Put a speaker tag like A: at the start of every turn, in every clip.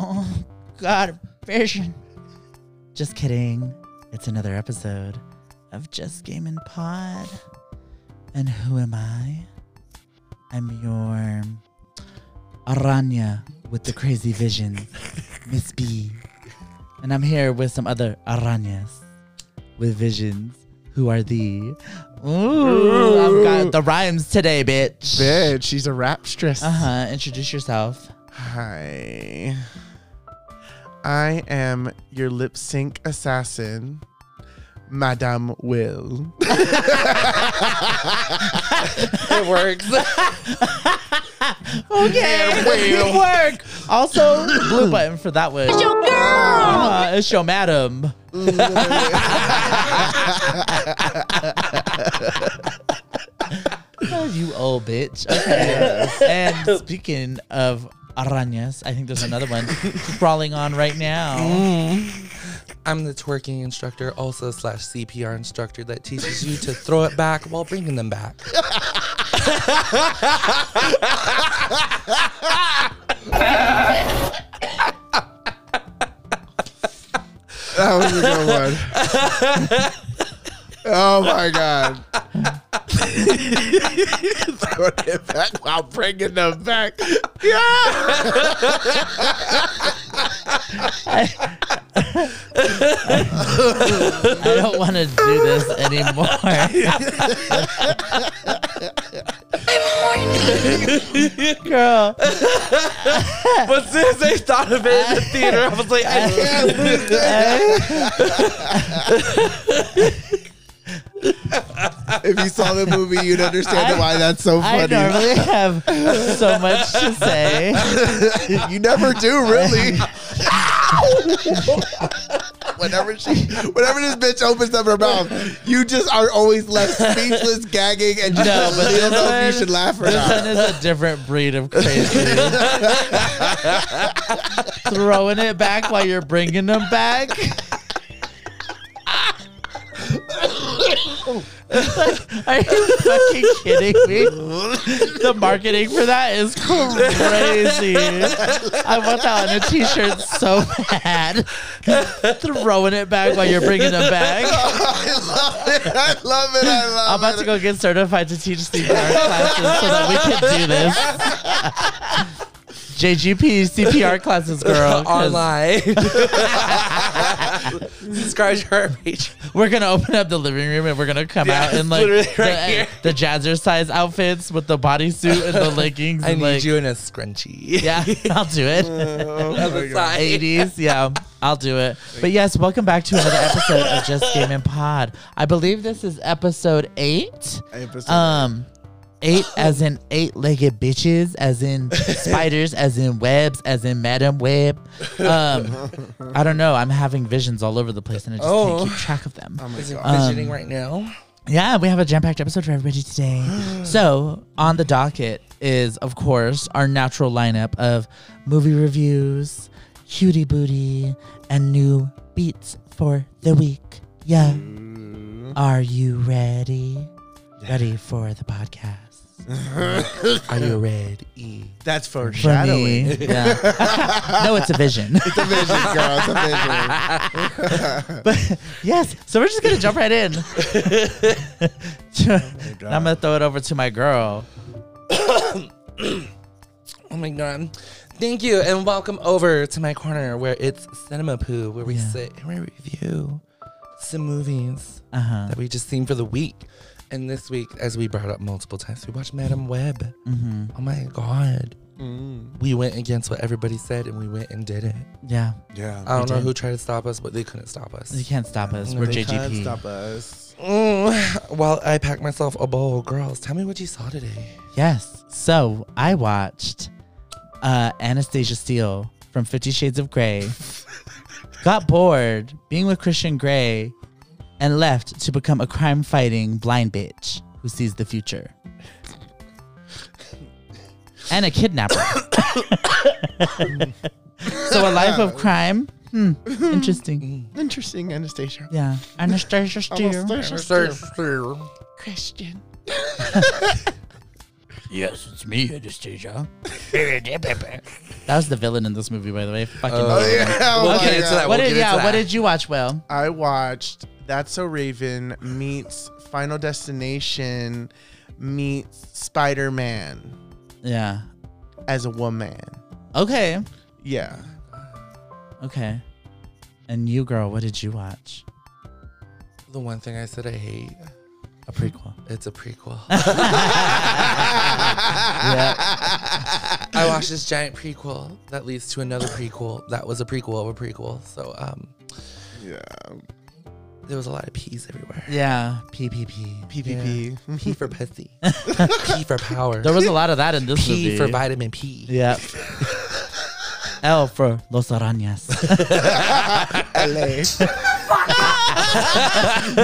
A: Oh, God, fishing.
B: Just kidding. It's another episode of Just Gaming Pod. And who am I? I'm your Aranya with the crazy visions, Miss B. And I'm here with some other Aranyas with visions who are the. Ooh, I've got the rhymes today, bitch.
C: Bitch, she's a rapstress.
B: Uh huh. Introduce yourself.
C: Hi. I am your lip sync assassin, Madame Will.
B: It works.
A: Okay,
B: It work. Also, blue button for that one. It's your girl. it's your madam. Oh, you old bitch. Okay. and speaking of arañas, I think there's another one crawling on right now.
D: I'm the twerking instructor, also slash CPR instructor that teaches you to throw it back while bringing them back.
C: That was a good one. oh my god. Throwing it back while bringing them back. Yeah.
B: I don't want to do this anymore. Girl,
D: But as soon as I thought of it in the theater, I was like, I can't lose this.
C: If you saw the movie, you'd understand why that's so
B: I
C: funny.
B: normally have so much to say.
C: you never do, really. whenever she, whenever this bitch opens up her mouth, you just are always left speechless, gagging, and just
B: No, but
C: you don't know if
B: this
C: you should laugh or
B: This
C: not.
B: one is a different breed of crazy. Throwing it back while you're bringing them back. Are you fucking kidding me? The marketing for that is crazy. I want that on a t-shirt so bad. Throwing it back while you're bringing them back.
C: I love it. I love it. I love
B: I'm about
C: it.
B: to go get certified to teach CPR classes so that we can do this. JGP CPR classes, girl. 'cause
D: Online. Subscribe to our page.
B: We're gonna open up the living room and we're gonna come
D: Yeah,
B: out in like
D: literally
B: the,
D: right here.
B: the jazzercise outfits with the bodysuit and the leggings.
D: I
B: and
D: need
B: like,
D: you in a scrunchie.
B: Yeah, I'll do it.
C: Oh my God.
B: 80s, yeah, I'll do it. But yes, welcome back to another episode of Just Game and Pod. I believe this is episode eight.
C: Episode-
B: Um, eight as in eight-legged bitches, as in spiders, as in webs, as in Madam Web. Um, I don't know. I'm having visions all over the place, and I just
D: Oh.
B: can't keep track of them.
C: oh my
D: Is it
C: God.
B: Um,
D: visioning right now?
B: Yeah, we have a jam-packed episode for everybody today. so on the docket is, of course, our natural lineup of movie reviews, cutie booty, and new beats for the week. Yeah.
C: Mm.
B: Are you ready? Ready for the podcast? Are you ready?
C: That's
B: For
C: foreshadowing.
B: me? Yeah. no, it's a vision.
C: It's a vision, girl. It's a vision.
B: but yes, so we're just gonna jump right in. And I'm gonna throw it over to my girl.
D: Oh my god. Thank you and welcome over to my corner where it's Cinema Poo, where we
B: Yeah.
D: sit and we review some movies
B: Uh huh.
D: that we just seen for the week. And this week, as we brought up multiple times, we watched Madam Web.
B: hmm
D: Oh my god.
C: Mm,
D: We went against what everybody said and we went and did it.
B: Yeah,
C: yeah.
D: I
B: We
D: don't know
B: did.
D: who tried to stop us, but they couldn't stop
B: you
D: us.
B: can't stop us.
D: No,
B: We're
C: Uh, They can't
B: JGP.
C: Stop us.
D: Mm, while I pack myself a bowl, girls, tell me what you saw today.
B: Yes. So I watched uh, Anastasia Steele from Fifty Shades of Grey. got bored being with Christian Grey, and left to become a crime-fighting blind bitch who sees the future. And a kidnapper. so a life of crime. Hmm.
D: Mm.
B: Interesting.
C: Interesting, Anastasia.
B: Yeah. Anastasia Steele.
C: Christian.
B: Yes, it's me, Anastasia. That was the villain in this movie, by the way. Fucking.
D: Oh,
C: Oh, yeah. Oh,
D: We'll
C: my
D: get into
C: God.
B: what
D: that. we'll
B: did
D: get into
B: yeah? What
D: that.
B: did you watch, Will?
C: I watched That's So Raven meets Final Destination meets Spider Man
B: Yeah.
C: as a woman.
B: Okay.
C: Yeah.
B: Okay. And you, girl, what did you watch?
D: The one thing I said I hate.
B: A prequel.
D: It's a prequel.
C: yeah.
D: I watched this giant prequel that leads to another prequel that was a prequel of a prequel. So um, there was a lot of peas everywhere.
B: Yeah. PPP.
C: PPP.
D: P for pussy. P for power.
B: There was a lot of that in this
D: P
B: movie.
D: for vitamin P.
B: Yeah. L for Los Arañas.
C: LA.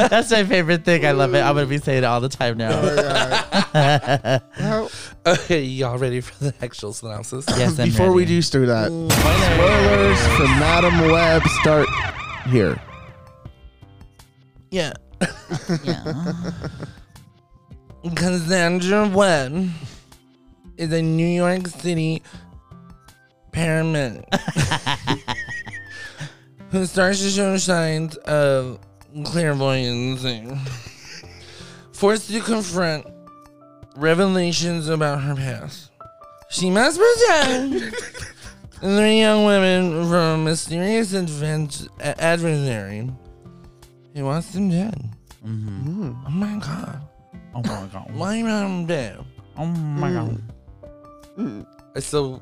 B: That's my favorite thing. I love it. I'm gonna be saying it all the time now.
C: Well,
D: Okay, y'all ready for the actual synopsis?
B: Yes. I'm
C: before we
B: ready.
C: do through that, spoilers for Madam Web start here.
D: Yeah.
B: Yeah.
D: Cassandra Webb is a New York City paramedic who starts to show signs of clairvoyancy, forced to confront revelations about her past. She must protect three young women from a mysterious advent- adversary who wants them dead.
B: Mhm.
D: Oh my god.
B: Oh my god.
D: Why am I dead?
B: Oh my god.
D: Mm. I still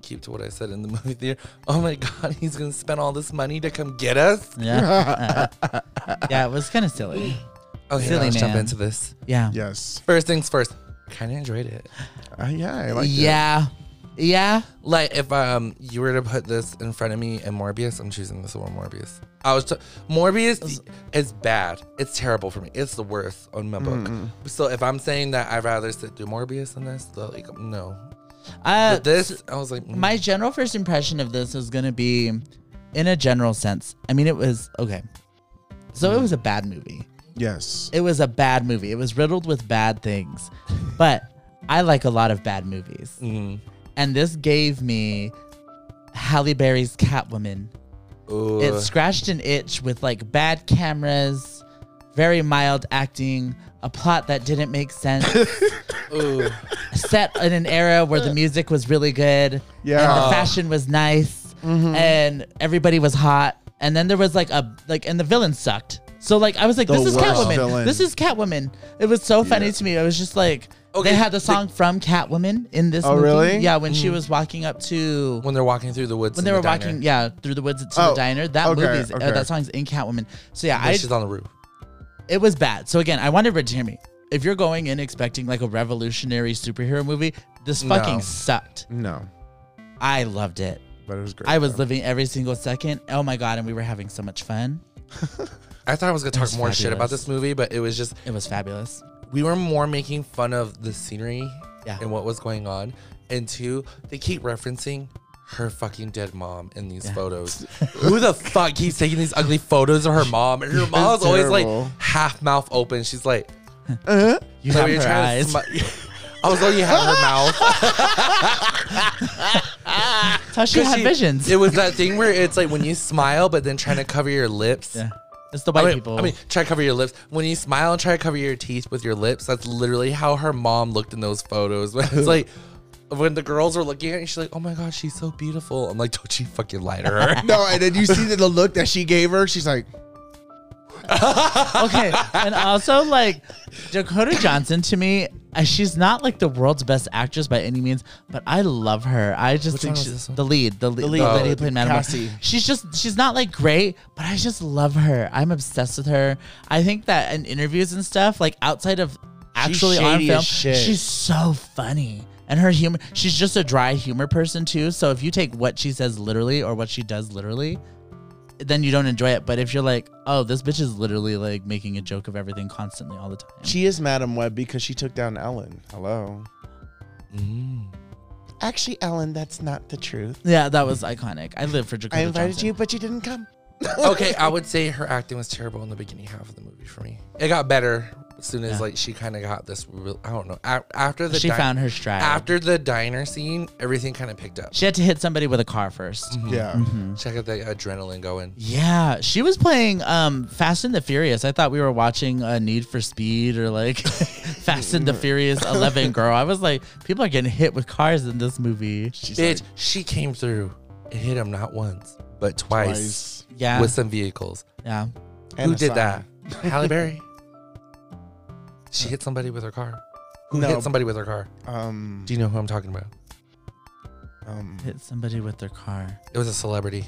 D: keep to what I said in the movie theater. Oh my god, he's gonna spend all this money to come get us.
B: Yeah. yeah. It was kind of silly.
D: Okay,
B: Silly
D: now Oh, let's jump
B: man.
D: into this.
B: Yeah.
C: Yes.
D: First things first. Kind of enjoyed it.
C: Uh, yeah, I like it.
B: yeah. Yeah.
D: Like if um you were to put this in front of me and Morbius, I'm choosing this over Morbius. I was t- Morbius is bad. It's terrible for me. It's the worst on my book. So if I'm saying that I'd rather sit through Morbius than this, so like no.
B: Uh,
D: But this, I was like, mm.
B: my general first impression of this was going to be in a general sense. I mean, it was okay. So it was a bad movie.
C: Yes.
B: It was a bad movie. It was riddled with bad things. But I like a lot of bad movies.
D: Mm.
B: And this gave me Halle Berry's Catwoman.
D: Ooh.
B: It scratched an itch with like bad cameras, very mild acting, a plot that didn't make sense,
D: Ooh.
B: set in an era where the music was really good. and the
C: Yeah. Mm-hmm.
B: fashion was nice and everybody was hot and then there was like a like and the villain sucked so like i was like
C: The
B: this is
C: worst
B: catwoman
C: villain.
B: this is catwoman it was so funny to me i was just like
D: Okay, Mm.
B: they had the song from catwoman in this
C: Oh,
B: movie.
C: really?
B: yeah when she was walking up to when,
D: when they're walking through the woods.
B: they
D: in
B: were
D: the diner.
B: walking yeah through the woods to the
C: Oh,
B: diner that
C: okay,
B: movie's uh,
C: okay.
B: that song's in catwoman so yeah
D: I,
B: i
D: she's on the roof.
B: it was bad so again i want everybody to hear me if you're going in expecting like a revolutionary superhero movie this
D: No.
B: fucking sucked
C: No,
B: i loved it
C: but it was great.
B: I was
C: though.
B: living every single second. Oh my god, and we were having so much fun.
D: I thought I was gonna talk
B: was
D: more shit about
B: fabulous.
D: this movie, but it was just
B: It was fabulous.
D: we were more making fun of the scenery
B: Yeah.
D: and what was going on. And two, they keep referencing her fucking dead mom in these photos. Who the fuck keeps taking these ugly photos of her mom? And her mom's always like
C: terrible.
D: half mouth open. She's like,
B: You
D: "So
B: have
D: you're
B: her
D: trying
B: eyes.
D: to smi- I was like, you have her mouth.
B: That's how she had
D: She-
B: visions.
D: It was that thing where it's like when you smile, but then trying to cover your lips.
B: yeah. It's the
D: I
B: white
D: mean,
B: people.
D: I mean, try to cover your lips. When you smile, try to cover your teeth with your lips. That's literally how her mom looked in those photos. It's like when the girls were looking at it, she's like, "Oh my god, she's so beautiful." I'm like, "Don't you fucking lie to her."
C: No, and then you see the, the look that she gave her. She's like,
B: okay. And also like Dakota Johnson to me, uh, she's not like the world's best actress by any means, but I love her. I just
D: Which
B: think
D: one was
B: she's
D: this one?
B: the lead, the, lead, the
C: lead,
B: lady
C: uh,
B: who played Madame Web.
C: Cassie.
B: She's just she's not like great, but I just love her. I'm obsessed with her. I think that in interviews and stuff, like outside of actually on
C: shady as
B: film,
C: shit.
B: she's so funny. And her humor, she's just a dry humor person too. So if you take what she says literally or what she does literally, then you don't enjoy it. But if you're like, oh, this bitch is literally like making a joke of everything constantly all the time.
C: she is Madam Web because she took down Ellen. Hello.
D: Mm.
C: Actually, Ellen, that's not the truth.
B: yeah, that was iconic. I live for Dakota
C: I invited
B: Johnson.
C: you, but you didn't come.
D: okay, I would say her acting was terrible in the beginning half of the movie for me. It got better as soon as
B: Yeah.
D: like she kind of got this. Real, I don't know. A- after the
B: she
D: di-
B: found her stride.
D: after the diner scene, everything kind of picked up. Mm-hmm.
B: she had to hit somebody with a car 1st
D: Mm.
C: Yeah.
D: Check out the adrenaline going.
B: Yeah, she was playing um, Fast and the Furious. I thought we were watching uh, Need for Speed or like Fast and the Furious 11, girl. I was like, people are getting hit with cars in this movie.
C: She's
D: Bitch, she came through and hit him not once but
C: like,
D: twice,
C: twice.
B: Yeah.
D: with some vehicles.
B: yeah.
C: And
D: Who
C: a
D: did
C: sign.
D: that? Halle Berry. she hit somebody with her car. Who
C: No.
D: hit somebody with her car?
C: Um,
D: Do you know who I'm talking about?
C: um,
B: Hit somebody with their car.
D: It was a celebrity.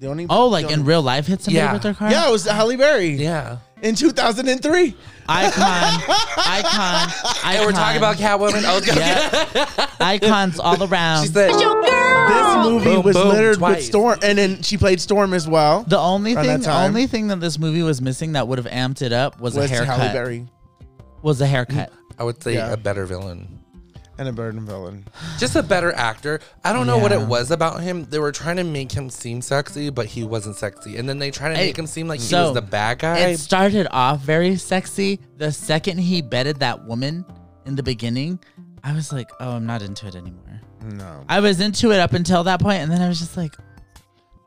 C: the only
B: Oh, like in
C: the-
B: real life, hit somebody
D: Yeah.
B: with their car?
C: Yeah, it was Halle Berry
D: Yeah.
C: in 2003.
B: Icon. Icon. Icon.
D: And we're talking about Catwoman. I was gonna
B: Yeah. Icons all around.
D: She said,
C: This movie
D: Boom,
C: was
D: boom,
C: littered with
D: twice.
C: Storm, and then she played Storm as well.
B: the only
C: Around
B: thing,
C: that
B: the
C: time.
B: only thing that this movie was missing that would have amped it up was,
C: was
B: a
C: Halle
B: haircut.
C: Berry Mm-hmm.
B: Was a haircut.
D: I would say
C: Yeah.
D: a better villain.
C: and a burden villain.
D: Just a better actor. I don't know what
B: Yeah.
D: it was about him. They were trying to make him seem sexy, but he wasn't sexy. And then they try to
B: Hey,
D: make him seem like he
B: so
D: was the bad guy.
B: It started off very sexy. The second he bedded that woman in the beginning, I was like, oh, I'm not into it anymore.
C: No,
B: I was into it up until that point, and then I was just like,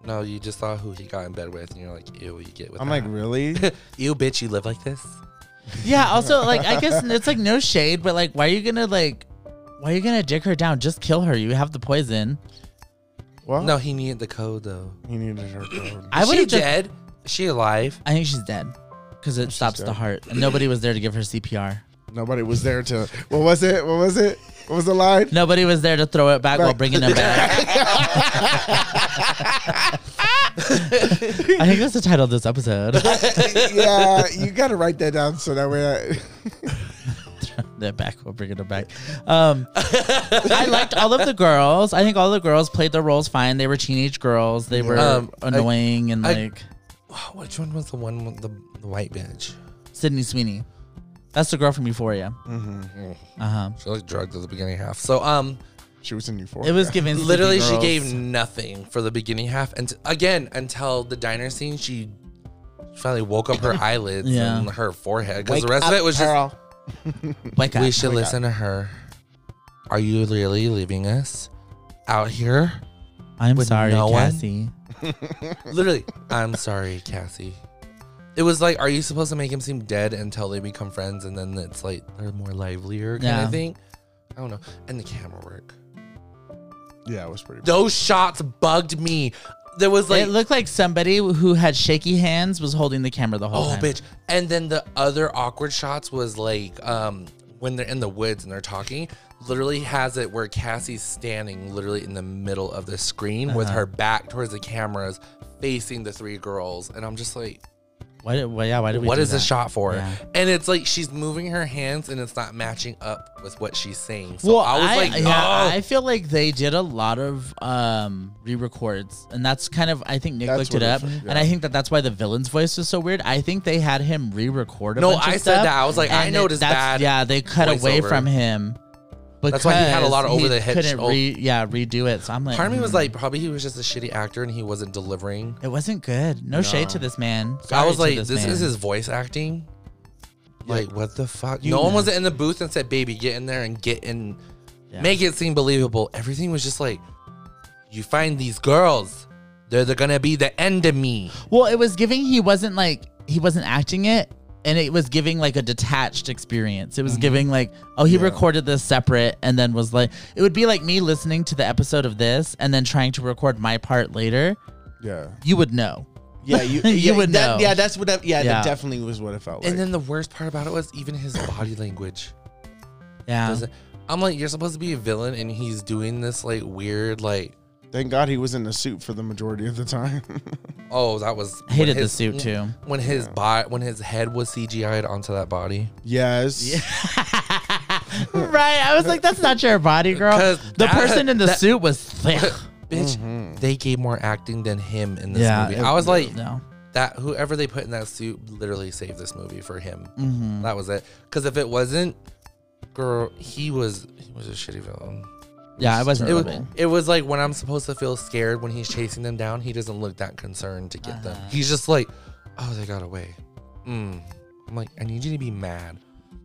D: No, you just saw who he got in bed with, and you're like, ew, you get with
C: I'm like
D: that.
C: really.
D: ew, bitch, you live like this?
B: yeah. Also, like, I guess it's like no shade, but like, why are you gonna like, why are you gonna dick her down? Just kill her. You have the poison.
C: Well,
D: No, he needed the code, though.
C: he needed her. code.
B: I would
D: she
B: have just.
D: dead? Is she alive?
B: I think she's dead because it stops the
C: dead.
B: heart, and nobody was there to give her CPR.
C: Nobody was there to. What was it? What was it? What was the line?
B: Nobody was there to throw it back while
C: Right.
B: bringing it back. I think that's the title of this episode.
C: yeah, you gotta write that down so that way.
B: They're back. We're bringing them back. Um, I liked all of the girls. I think all the girls played their roles fine. They were teenage girls. They were
D: Um, I-
B: annoying and
D: I-
B: like
D: Which one was the one with the, the white bitch?
B: Sydney Sweeney. That's the girl from Euphoria. Uh huh.
D: She looked drugged at the beginning half. So, um,
C: she was in Euphoria.
B: It was given. Sleepy
D: literally, she
B: Girls.
D: gave nothing for the beginning half. And again, until the diner scene, she finally woke up her eyelids
B: Yeah.
D: and her forehead because the rest of it was just.
B: Wake up.
D: We should listen to her. Are you really leaving us out here?
B: I'm
D: with
B: sorry,
D: no one.
B: Cassie.
D: Literally, I'm sorry, Cassie. It was like, are you supposed to make him seem dead until they become friends, and then it's like they're more livelier kind
B: Yeah.
D: of thing? I don't know. And the camera work.
C: Yeah, it was pretty.
D: Those shots bugged me. There was like,
B: it looked like somebody who had shaky hands was holding the camera the whole
D: oh,
B: time.
D: bitch. And then the other awkward shots was like, um, when they're in the woods and they're talking, literally has it where Cassie's standing literally in the middle of the screen with
B: Uh-huh.
D: her back towards the cameras, facing the three girls, and I'm just like.
B: Why did? Why, yeah. Why did we?
D: What
B: do
D: is
B: that?
D: this shot for?
B: Yeah.
D: And it's like she's moving her hands and it's not matching up with what she's saying. So
B: well,
D: I was like,
B: yeah,
D: oh.
B: I feel like they did a lot of um, re-records, and that's kind of I think Nick
C: That's
B: looked
C: what
B: it up,
C: it was,
B: and I think that that's why the villain's voice was so weird. I think they had him re-record. A
D: No,
B: bunch of
D: I said
B: stuff,
D: that. I was like, I
B: and
D: noticed
B: that's-
D: bad
B: Yeah, they cut away
D: voiceover.
B: from him. Because
D: That's why he had a lot of
B: he
D: over-the-head
B: Couldn't
D: sh-
B: re- yeah, redo it. So I'm like,
D: Oh. Part of me was
B: mm.
D: like, probably he was just a shitty actor and he wasn't delivering.
B: it wasn't good. No, shade to this man.
D: I
B: Sorry
D: was
B: to
D: like,
B: this,
D: this,
B: man.
D: is his voice acting. Like, what the fuck?
C: You
D: no one
C: know.
D: was in the booth and said, baby, get in there and get in.
B: Yeah.
D: Make it seem believable. Everything was just like, you find these girls. They're, they're gonna be the end of me.
B: Well, it was giving he wasn't like he wasn't acting it and it was giving like a detached experience. It was
D: Mm-hmm.
B: giving like oh he recorded this separate and then was like it would be like me listening to the episode of this and then trying to record my part later.
C: Yeah,
B: You would know.
C: yeah, you,
B: You
C: yeah,
B: would
C: that-
B: know.
C: Yeah, that's what. That, yeah,
B: Yeah.
C: that definitely was what it felt like.
D: And then the worst part about it was even his body language.
B: Yeah.
D: doesn't- I'm like, you're supposed to be a villain, and he's doing this like weird, like,
C: Thank God he was in a suit for the majority of the time.
D: oh, that was
B: I hated
D: when mm,
B: the suit, too.
D: When his body, when his head was CGI'd onto that body,
C: yes.
B: right. I was like that's not your body, girl.
D: 'Cause
B: The
D: that-
B: person in the
D: that-
B: suit was thick.
D: bitch, they gave more acting than him in
B: Mm-hmm.
D: this
B: Yeah,
D: movie.
B: it-
D: I was like,
B: no.
D: that whoever they put in that suit literally saved this movie for him.
B: Mm-hmm.
D: That was it. Because if it wasn't, girl, he was he was a shitty villain.
B: Yeah, I wasn't
D: It was,
B: able.
D: it was like when I'm supposed to feel scared when he's chasing them
B: Uh-huh.
D: down, he doesn't look that concerned to get them. He's just like, oh, they got away. Mm. I'm like, I need you to be mad.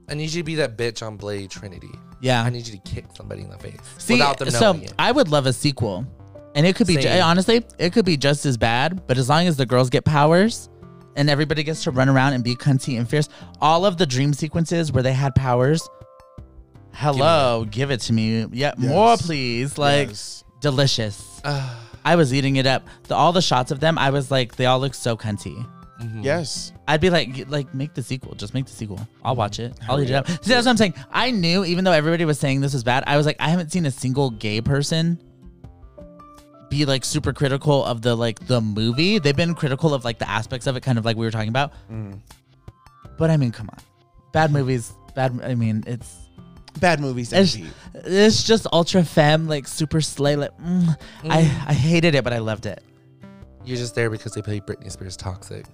D: I need you to be that bitch on Blade Trinity.
B: Yeah.
D: I need you to kick somebody in the face
B: See,
D: without them
B: so
D: knowing it.
B: I would love a sequel, and it could be ju-
D: Same.
B: honestly, it could be just as bad. But as long as the girls get powers, and everybody gets to run around and be cunty and fierce, all of the dream sequences where they had powers. Hello, give, it to me. Yeah, more please. Like
C: Yes.
B: delicious. I was eating it up. The, all the shots of them, I was like, they all look so cunty.
C: yes.
B: I'd be like, "Get- like make the sequel. Just make the sequel. I'll watch it. I'll eat it up. See, that's what I'm saying. I knew, even though everybody was saying this was bad, I was like, I haven't seen a single gay person be like super critical of the like the movie. They've been critical of like the aspects of it, kind of like we were talking about. But I mean, come on, bad movies. Bad. I mean, it's
C: Bad movies.
B: it's,
C: MP.
B: it's just ultra femme, like super slay. Like mm, I I hated it, but I loved it,
D: You're just there because they play Britney Spears Toxic.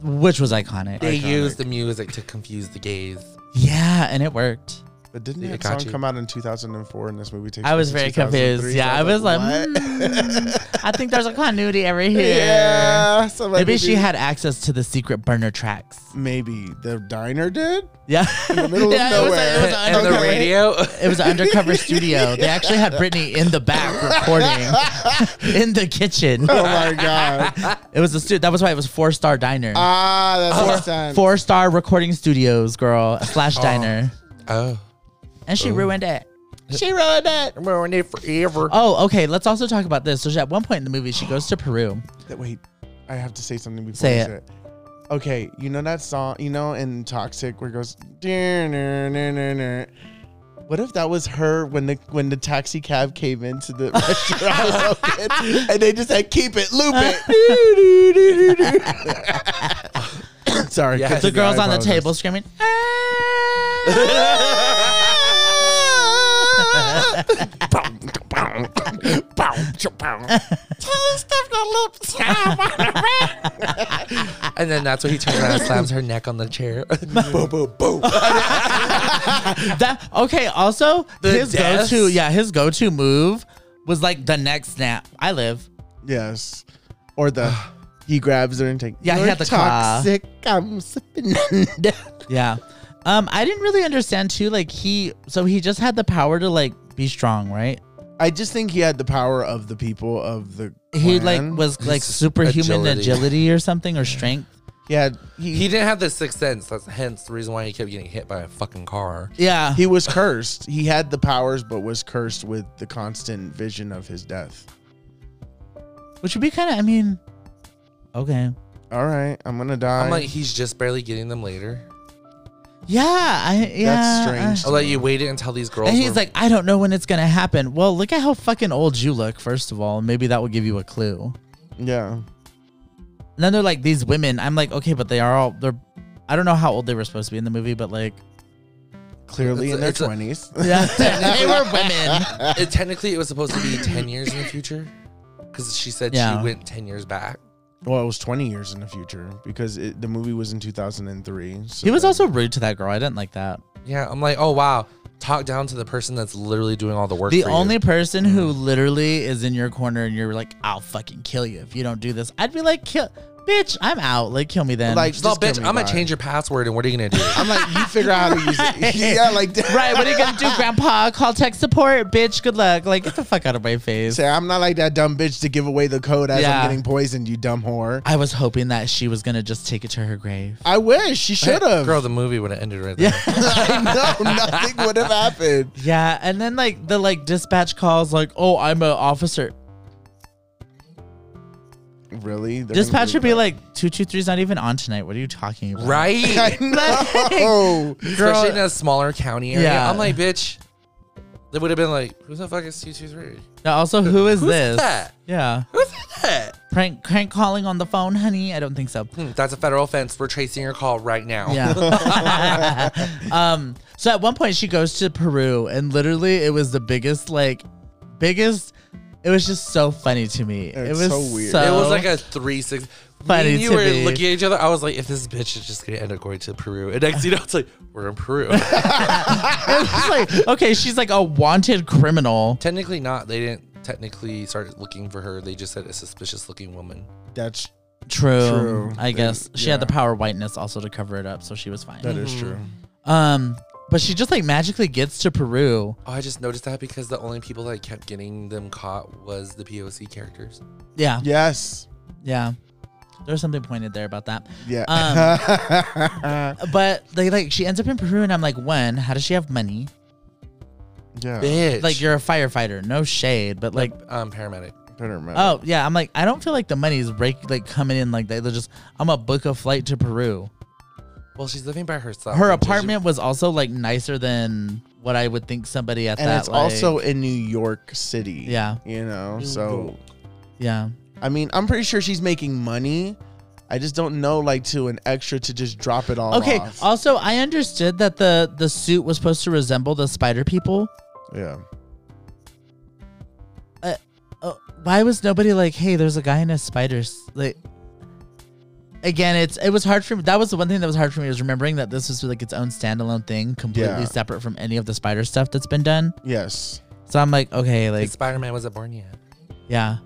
B: which was iconic.
D: They
C: Iconic.
D: use the music to confuse the gays.
B: yeah, and it worked.
C: But didn't
D: Yeah,
C: that
D: got
C: song
D: you.
C: come out in 2004 and this movie takes
B: I was
C: place
B: very
C: in 2003?
B: confused. Yeah, I was like, mm, I think there's a continuity over here.
C: yeah. so like,
B: Maybe she had access to the secret burner tracks.
C: Maybe the diner did.
B: Yeah. In
C: the middle of
B: yeah, it was a-
C: nowhere.
B: It was, an
D: And the
B: undercover,
D: radio.
B: it was an undercover studio. They actually had Britney in the back recording in the kitchen.
C: Oh my god.
B: It was a stu- That was why it was four star diner.
C: ah, that's what makes sense.
B: Four star recording studios, girl, slash diner.
D: oh.
B: And she ruined it. She ruined it.
D: I'm ruining it forever.
B: Oh, okay. Let's also talk about this. So she- at one point in the movie, she goes to Peru.
C: That- Wait, I have to say something before
B: Say
C: you
B: it.
C: say it. Okay, you know that song, you know, in Toxic where it goes. "Dun-dun-dun-dun-dun." What if that was her when the when the taxi cab came into the restaurant was open, and they just said, "Keep it, loop it." Sorry,
B: The
D: Yes.
C: continue,
B: girls
C: I
B: on the
C: apologize.
B: table screaming.
D: and then that's when he turns around and slams her neck on the chair. boom, boom, boom.
B: That okay. Also,
D: The
B: his
D: deaths?
B: go-to, yeah, his go-to move was like the neck snap. I live.
C: Yes, or the he grabs her and takes.
B: Yeah, he had the claw.
C: toxic. I'm slipping under.
B: Yeah. Um, I didn't really understand too. Like he, so he just had the power to like be strong, right?
C: I just think he had the power of the people of the.
B: He
C: clan.
B: like was like
D: His
B: superhuman agility.
D: agility.
B: or something or strength.
C: He had he
D: He didn't have the sixth sense. That's hence the reason why he kept getting hit by a fucking car.
B: Yeah.
C: he was cursed. He had the powers, but was cursed with the constant vision of his death.
B: which would be kind of. I mean, okay.
C: All right, I'm gonna die.
D: I'm like, he's just barely getting them later.
B: Yeah. I yeah.
C: strange.
D: I'll let you wait it until these girls.
B: And he's
D: were-
B: like, I don't know when it's gonna happen. Well, look at how fucking old you look, first of all. Maybe that will give you a clue.
C: yeah,
B: And then they're like, these women. I'm like, okay, but they are all they're I don't know how old they were supposed to be in the movie, but like
C: clearly
D: It's
C: in
D: a-
C: their
D: it's a-
C: twenties.
B: yeah, they were women.
D: It- technically, it was supposed to be 10 years in the future because she said
B: Yeah.
D: she went 10 years back.
C: well, it was 20 years in the future because it, the movie was in 2003. So
B: He was
C: then-
B: also rude to that girl. I didn't like that.
D: Yeah, I'm like, oh, wow. Talk down to the person that's literally doing all the work.
B: The
D: for you.
B: only person who literally is in your corner and you're like, I'll fucking kill you if you don't do this. I'd be like, kill bitch, I'm out. Like kill me then.
C: Like-
D: She's all,
C: Just kill
D: bitch,
C: me,
D: I'm going
C: bye."
D: to change your password and what are you going to do?
C: I'm like, you figure out how to use it. yeah, like that.
B: Right, what are you gonna do, grandpa? Call tech support, bitch, good luck. Like get the fuck out of my face.
C: Say, I'm not like that dumb bitch to give away the code as
B: Yeah.
C: I'm getting poisoned. You dumb whore.
B: I was hoping that she was gonna just take it to her grave.
C: I wish she should have.
D: Girl, the movie would have ended right there.
C: I know nothing would have happened.
B: Yeah, and then like the like dispatch calls like, "Oh, I'm an officer."
C: Really? They're gonna
B: dispatch would be
C: believe
B: like, "223's not even on tonight. What are you talking about?"
D: Right?
C: that? I know.
D: Especially in a smaller county area.
B: Yeah.
D: I'm like, bitch, they would have been like, who the fuck is 223?
B: Now, also, who is this?
D: that?
B: Yeah,
D: Who's that?
B: prank crank calling on the phone, honey. I don't think so.
D: Hmm, that's a federal offense. We're tracing your call right now.
B: Yeah. um. So at one point, she goes to Peru, and literally, it was the biggest like, biggest. It was just so funny to me. it
C: It's
B: was so
C: so weird.
D: It was like a three six.
B: Funny
D: me and you
B: to
D: were
B: me.
D: looking at each other. I was like, if this bitch is just gonna end up going to Peru, and next thing you know, it's like we're in Peru.
B: it was like okay, she's like a wanted criminal.
D: technically not. They didn't technically start looking for her. They just said a suspicious looking woman.
C: That's
B: True.
C: True.
B: I
C: They-
B: guess she had the
C: yeah.
B: power whiteness also to cover it up, so she was fine.
C: That is
E: Mhm.
C: true.
B: Um, but she just like magically gets to Peru.
D: Oh, I just noticed that because the only people that kept getting them caught was the POC characters.
B: Yeah,
C: Yes.
B: yeah. There's something pointed there about that.
C: Yeah.
B: Um, But they like she ends up in Peru, and I'm like, when? How does she have money?
C: yeah.
D: Bitch.
B: Like you're a firefighter, no shade, but like,
D: um paramedic.
C: Better remember.
B: oh yeah, I'm like, I don't feel like the money's break like coming in like that. They're just, I'm a book a flight to Peru.
D: Well, she's living by herself.
B: Her
D: and she-
B: apartment was also like nicer than what I would think somebody at
C: and
B: that.
C: it's
B: like-
C: also in New York City.
B: yeah,
C: You know,
D: New
C: so
B: yeah.
C: I mean, I'm pretty sure she's making money. I just don't know, like, to an extra to just drop it all.
B: Okay.
C: off.
B: Also, I understood that the the suit was supposed to resemble the spider people.
C: yeah.
B: Oh, why was nobody like, "Hey, there's a guy in a spider"? s- Like, again, it's it was hard for me. That was the one thing that was hard for me was remembering that this was like its own standalone thing, completely
C: Yeah.
B: separate from any of the spider stuff that's been done.
C: Yes.
B: So I'm like, okay, like,
D: Spider Man wasn't born yet.
B: yeah.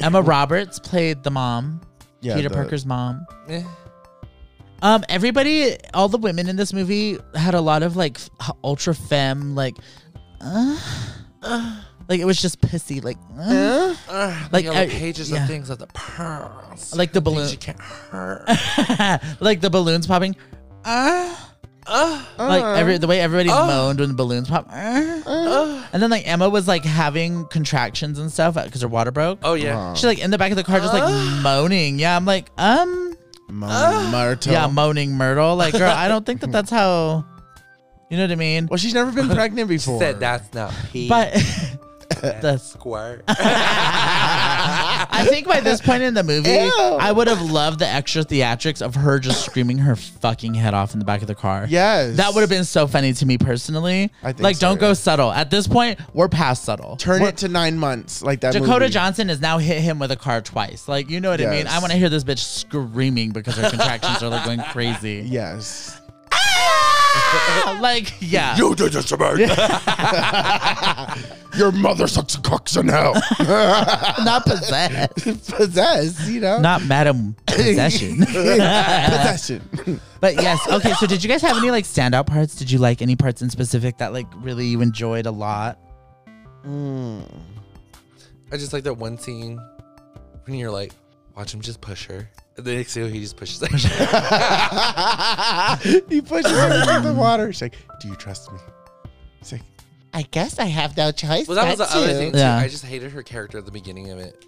B: Emma Roberts played the mom,
C: Yeah.
B: Peter
C: the-
B: Parker's mom.
D: Eh.
B: Um, everybody, all the women in this movie had a lot of like f- ultra femme, like, uh, like it was just pissy, like, uh.
D: Ugh,
B: Like,
D: like
B: I-
D: pages
B: yeah.
D: of things of the pearls.
B: Like the
D: Things
B: balloon-
D: you can't hurt.
B: like the balloons popping. Uh, like every the way everybody moaned when the balloons pop. Uh, and then like Emma was like having contractions and stuff because her water broke.
D: oh yeah.
B: She's like in the back of the car, just like moaning. Yeah, I'm like, um,
C: Mon- Martel.
B: yeah, moaning Myrtle. Like, girl, I don't think that that's how. You know what I mean?
C: well, she's never been pregnant
D: She
C: before.
D: said that's not pee.
B: But
D: that's
B: that's.
D: squirt.
B: I think by this point in the movie,
C: Ew.
B: I would have loved the extra theatrics of her just screaming her fucking head off in the back of the car.
C: Yes.
B: That would have been so funny to me personally.
C: I think
B: like,
C: so,
B: don't
C: yeah.
B: go subtle. At this point, we're past subtle.
C: Turn
B: We're-
C: it to nine months, like that.
B: Dakota
C: movie.
B: Johnson has now hit him with a car twice. Like, you know what I mean?
C: Yes.
B: I want to hear this bitch screaming because her contractions are like going crazy.
C: Yes.
B: Ah! like, yeah.
C: You did this to me. Your mother sucks cocks in hell.
B: Not possessed.
C: Possessed, you know.
B: Not Madam Possession.
C: Possession.
B: but yes. Okay. So, did you guys have any like standout parts? Did you like any parts in specific that like really you enjoyed a lot?
D: Mm. I just like that one scene when you're like, watch him just push her. And the next scene he just pushes her.
C: he pushes her into the water. She's like, "Do you trust me?" He's like, "I guess I have no choice."
D: well, that was the
C: but
D: other
C: to."
D: thing too.
B: Yeah.
D: I just hated her character at the beginning of it.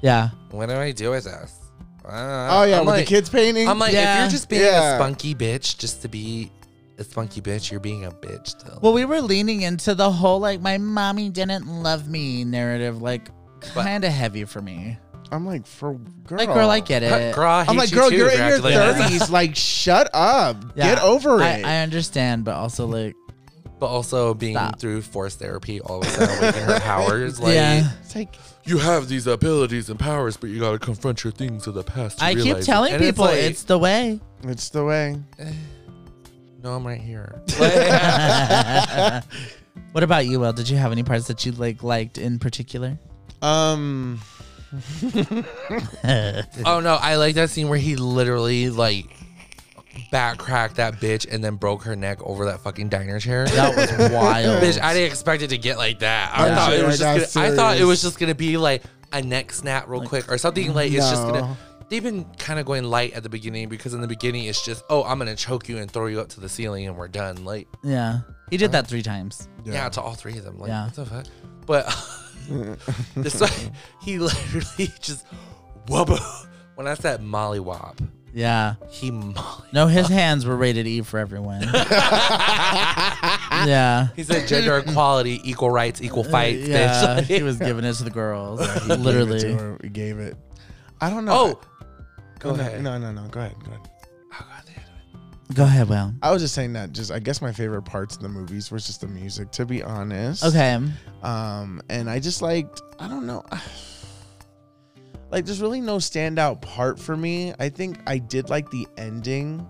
B: Yeah.
D: What do I do with this? Uh,
C: Oh yeah,
D: I'm
C: with
D: like,
C: the kids painting.
D: I'm like,
B: Yeah.
D: if you're just being
C: Yeah.
D: a spunky bitch just to be a spunky bitch, you're being a bitch still.
B: Well, we were leaning into the whole like my mommy didn't love me narrative, like
D: But-
B: kind of heavy for me.
C: I'm like, for girl.
B: Like, girl, I get it.
D: girl, I hate
C: I'm like,
D: you
C: girl,
D: too,
C: you're
D: for
C: in your
D: acting like that.
C: 30s. Like, shut up.
B: Yeah.
C: Get over
B: I,
C: it.
B: I understand, but also like,
D: But also being
B: Stop.
D: through forced therapy, all of a sudden waking her powers. Like,
B: yeah.
C: it's like,
D: you have these abilities and powers, but you gotta confront your things of the past. to
B: I keep
D: realize it.
B: telling
D: And it's
B: people
D: like,
B: it's, the way.
C: it's the way.
D: no, I'm right here.
B: What about you, Will? Did you have any parts that you like liked in particular?
C: Um,
D: Oh no, I like that scene where he literally like back cracked that bitch and then broke her neck over that fucking diner chair.
B: That was wild.
D: bitch, I didn't expect it to get like that. I
C: Yeah.
D: thought it
C: Yeah,
D: was
C: that's
D: just gonna, I thought it
C: serious.
D: was just gonna be like a neck snap real quick or something like it's just
C: No.
D: gonna They've been kind of going light at the beginning because in the beginning it's just, oh, I'm gonna choke you and throw you up to the ceiling and we're done. Like,
B: yeah, he did that three times.
D: yeah, to all three of them. Like,
B: Yeah.
D: what the fuck? But this one, he literally just whoop. When I said Molly Wop,
B: Yeah.
D: he Molly.
B: No, his hands were rated E for everyone. yeah.
D: He said gender equality, equal rights, equal fights,
B: Uh, yeah,
D: bitch. Like-
B: he was giving it to the girls.
C: He Gave it
B: Literally.
C: to her. He gave it. I don't know.
D: oh, go
C: no,
D: ahead.
C: No, no, no. Go ahead. Go ahead.
D: Oh, God, they had
B: Go ahead, Will.
C: I was just saying that. Just I guess my favorite parts of the movies was just the music, to be honest.
B: Okay.
C: Um, and I just liked. I don't know. Like, there's really no standout part for me. I think I did like the ending,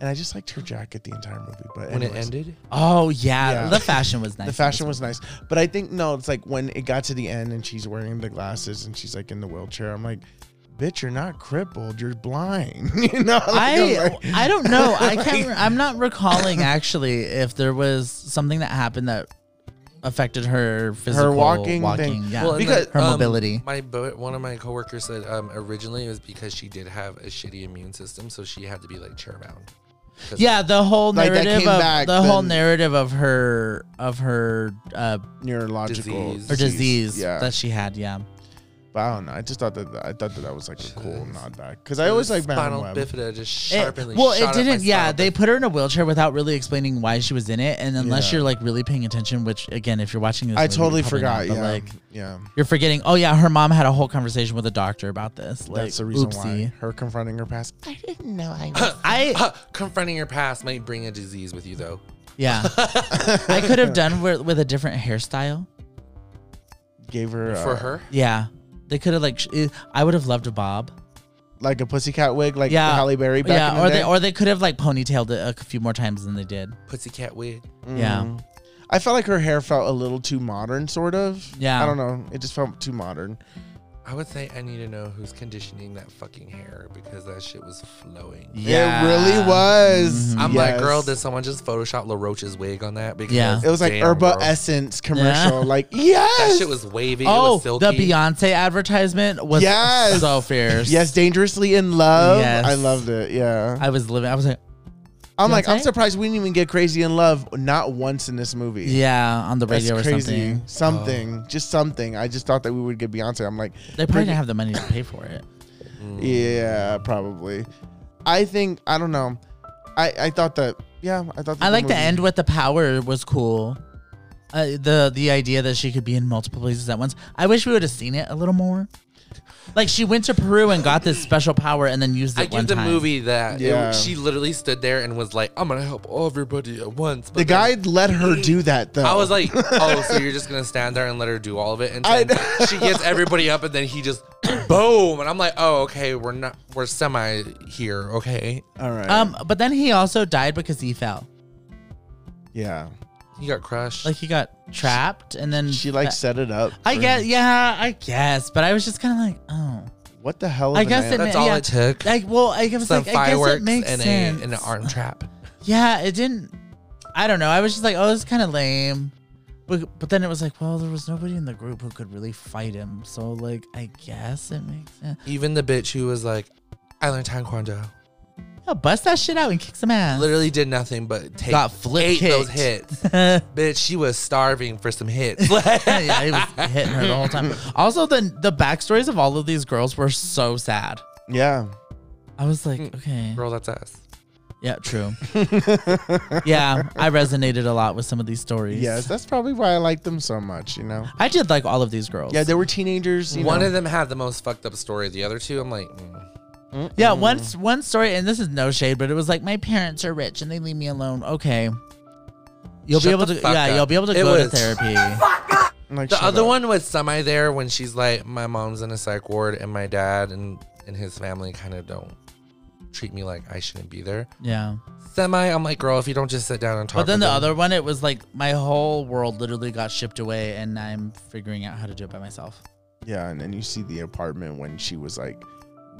C: and I just liked her jacket the entire movie. But
D: it. when it
C: anyways.
D: ended,
B: Oh yeah,
C: Yeah.
B: the fashion was nice.
C: The fashion was nice, but I think no, it's like when it got to the end and she's wearing the glasses and she's like in the wheelchair. I'm like, bitch, you're not crippled. You're blind. you know, like, I'm
B: I
C: like-
B: I don't know. I can't. re- I'm not recalling actually if there was something that happened that affected her physical
C: walking thing.
B: Yeah,
D: Well, and
B: because
D: like,
B: her
D: um,
B: mobility.
D: My bo- one of my coworkers said um, originally it was because she did have a shitty immune system, so she had to be like chair bound.
B: Yeah, the whole
C: Like, that
B: narrative
C: came
B: of
C: back,
B: the whole
C: then-
B: narrative of her of her uh,
C: neurological
D: Disease.
B: her disease
C: Yeah,
B: that she had. Yeah,
C: but I don't know. I just thought that I thought that that was like a cool nod back because I always like Madam
D: spinal
C: Web.
D: bifida just
B: it,
D: sharply.
B: well,
D: shot
B: it
D: up my
B: didn't. Yeah,
D: spinal
B: they
D: bifida.
B: put her in a wheelchair without really explaining why she was in it, and unless
C: Yeah.
B: you're like really paying attention, which again, if you're watching this,
C: I
B: movie,
C: totally
B: probably
C: forgot.
B: not, but,
C: yeah,
B: like
C: yeah.
B: you're forgetting. Oh yeah, her mom had a whole conversation with a doctor about this. Like,
C: That's the reason
B: oopsie.
C: why her confronting her past. I didn't know I.
B: I
D: Huh, confronting your past might bring a disease with you though.
B: yeah, I could have done with, with a different hairstyle.
C: gave her uh,
D: For her,
B: Yeah, they could have like. Sh- eh, I would have loved a bob.
C: like a pussycat wig, like
B: Yeah.
C: Halle Berry back in
B: yeah,
C: the
B: or
C: day.
B: they or they could have like ponytailed it a few more times than they did.
D: pussycat wig.
B: Yeah.
C: Mm-hmm. I felt like her hair felt a little too modern, sort of.
B: Yeah.
C: I don't know. It just felt too modern.
D: I would say I need to know who's conditioning that fucking hair because that shit was flowing.
C: It really
B: Mm-hmm.
C: was.
D: I'm like,
C: Yes.
D: girl, did someone just Photoshop LaRoche's wig on that? Because
B: Yeah.
C: It was like
D: damn,
C: Herba
D: girl.
C: Essence
B: Yeah.
C: commercial. Like, yes.
D: That shit was wavy. it
B: Oh,
D: was silky.
B: the Beyonce advertisement was
C: Yes.
B: so fierce.
C: Yes, dangerously in love.
B: Yes.
C: I loved it. Yeah.
B: I was living. I was like,
C: I'm like, I'm
B: Beyonce?
C: surprised we didn't even get crazy in love not once in this movie.
B: yeah, on the
C: That's
B: radio or
C: crazy.
B: something.
C: Something. Just something. I just thought that we would get Beyonce. I'm like,
B: They probably didn't have the money to pay for it.
D: Mm.
C: yeah, probably. I think I don't know. I I thought that yeah, I thought that
B: I like the
C: movie-
B: end with the power was cool. Uh, the the idea that she could be in multiple places at once. I wish we would have seen it a little more. Like she went to Peru and got this special power and then used it
D: I
B: one
D: give the
B: time.
D: movie that. It-
C: Yeah.
D: she literally stood there and was like, I'm going to help everybody at once. But
C: The
D: then-
C: guy let her do that though.
D: I was like, oh, so you're just gonna stand there and let her do all of it? And
C: I
D: then she gets everybody up, and then he just boom, and I'm like, oh, okay, we're not, we're semi here, okay?
C: all right.
B: Um, but then he also died because he fell.
C: yeah.
D: He got crushed.
B: Like he got trapped and then
C: She like set it up.
B: I
C: for-
B: guess, yeah, I guess, but I was just kind of like, oh,
C: What the hell? Is
B: I
C: an
B: guess
C: ant?
B: it
D: That's
B: ma-
D: all
B: yeah.
D: it took.
B: like, well, I was
D: Some
B: like, I guess it
D: fireworks
B: makes
D: and a
B: sense.
D: and an arm trap.
B: yeah, it didn't. I don't know. I was just like, oh, it's kind of lame, but but then it was like, well, there was nobody in the group who could really fight him, so like, I guess it makes sense.
D: Even the bitch who was like, I learned taekwondo.
B: Yeah, bust that shit out and kick some ass.
D: Literally did nothing but take
B: Got flip
D: ate those
B: kicked.
D: hits. bitch, she was starving for some hits.
B: yeah, he was hitting her the whole time. Also, the the backstories of all of these girls were so sad.
C: Yeah.
B: I was like, okay,
D: Girl, that's us.
B: yeah, true. yeah, I resonated a lot with some of these stories.
C: Yes, that's probably why I like them so much. You know.
B: I did like all of these girls.
C: Yeah, they were teenagers. You
D: One
C: know.
D: of them had the most fucked up story. The other two, I'm like, mm.
B: yeah. Once, one story, and this is no shade, but it was like my parents are rich and they leave me alone. Okay, you'll
D: Shut
B: be able
D: the
B: to.
D: fuck
B: Yeah,
D: up.
B: you'll be able to
D: It
B: go
D: was-
B: to therapy.
C: I'm like,
D: The
C: shut
D: other
C: up.
D: one was semi there when she's like, my mom's in a psych ward, and my dad and, and his family kind of don't treat me like I shouldn't be there.
B: yeah,
D: Semi, I'm like, girl, if you don't just sit down and talk.
B: but then
D: with
B: the
D: them-
B: other one, it was like my whole world literally got shipped away, and I'm figuring out how to do it by myself.
C: Yeah, and then you see the apartment when she was like,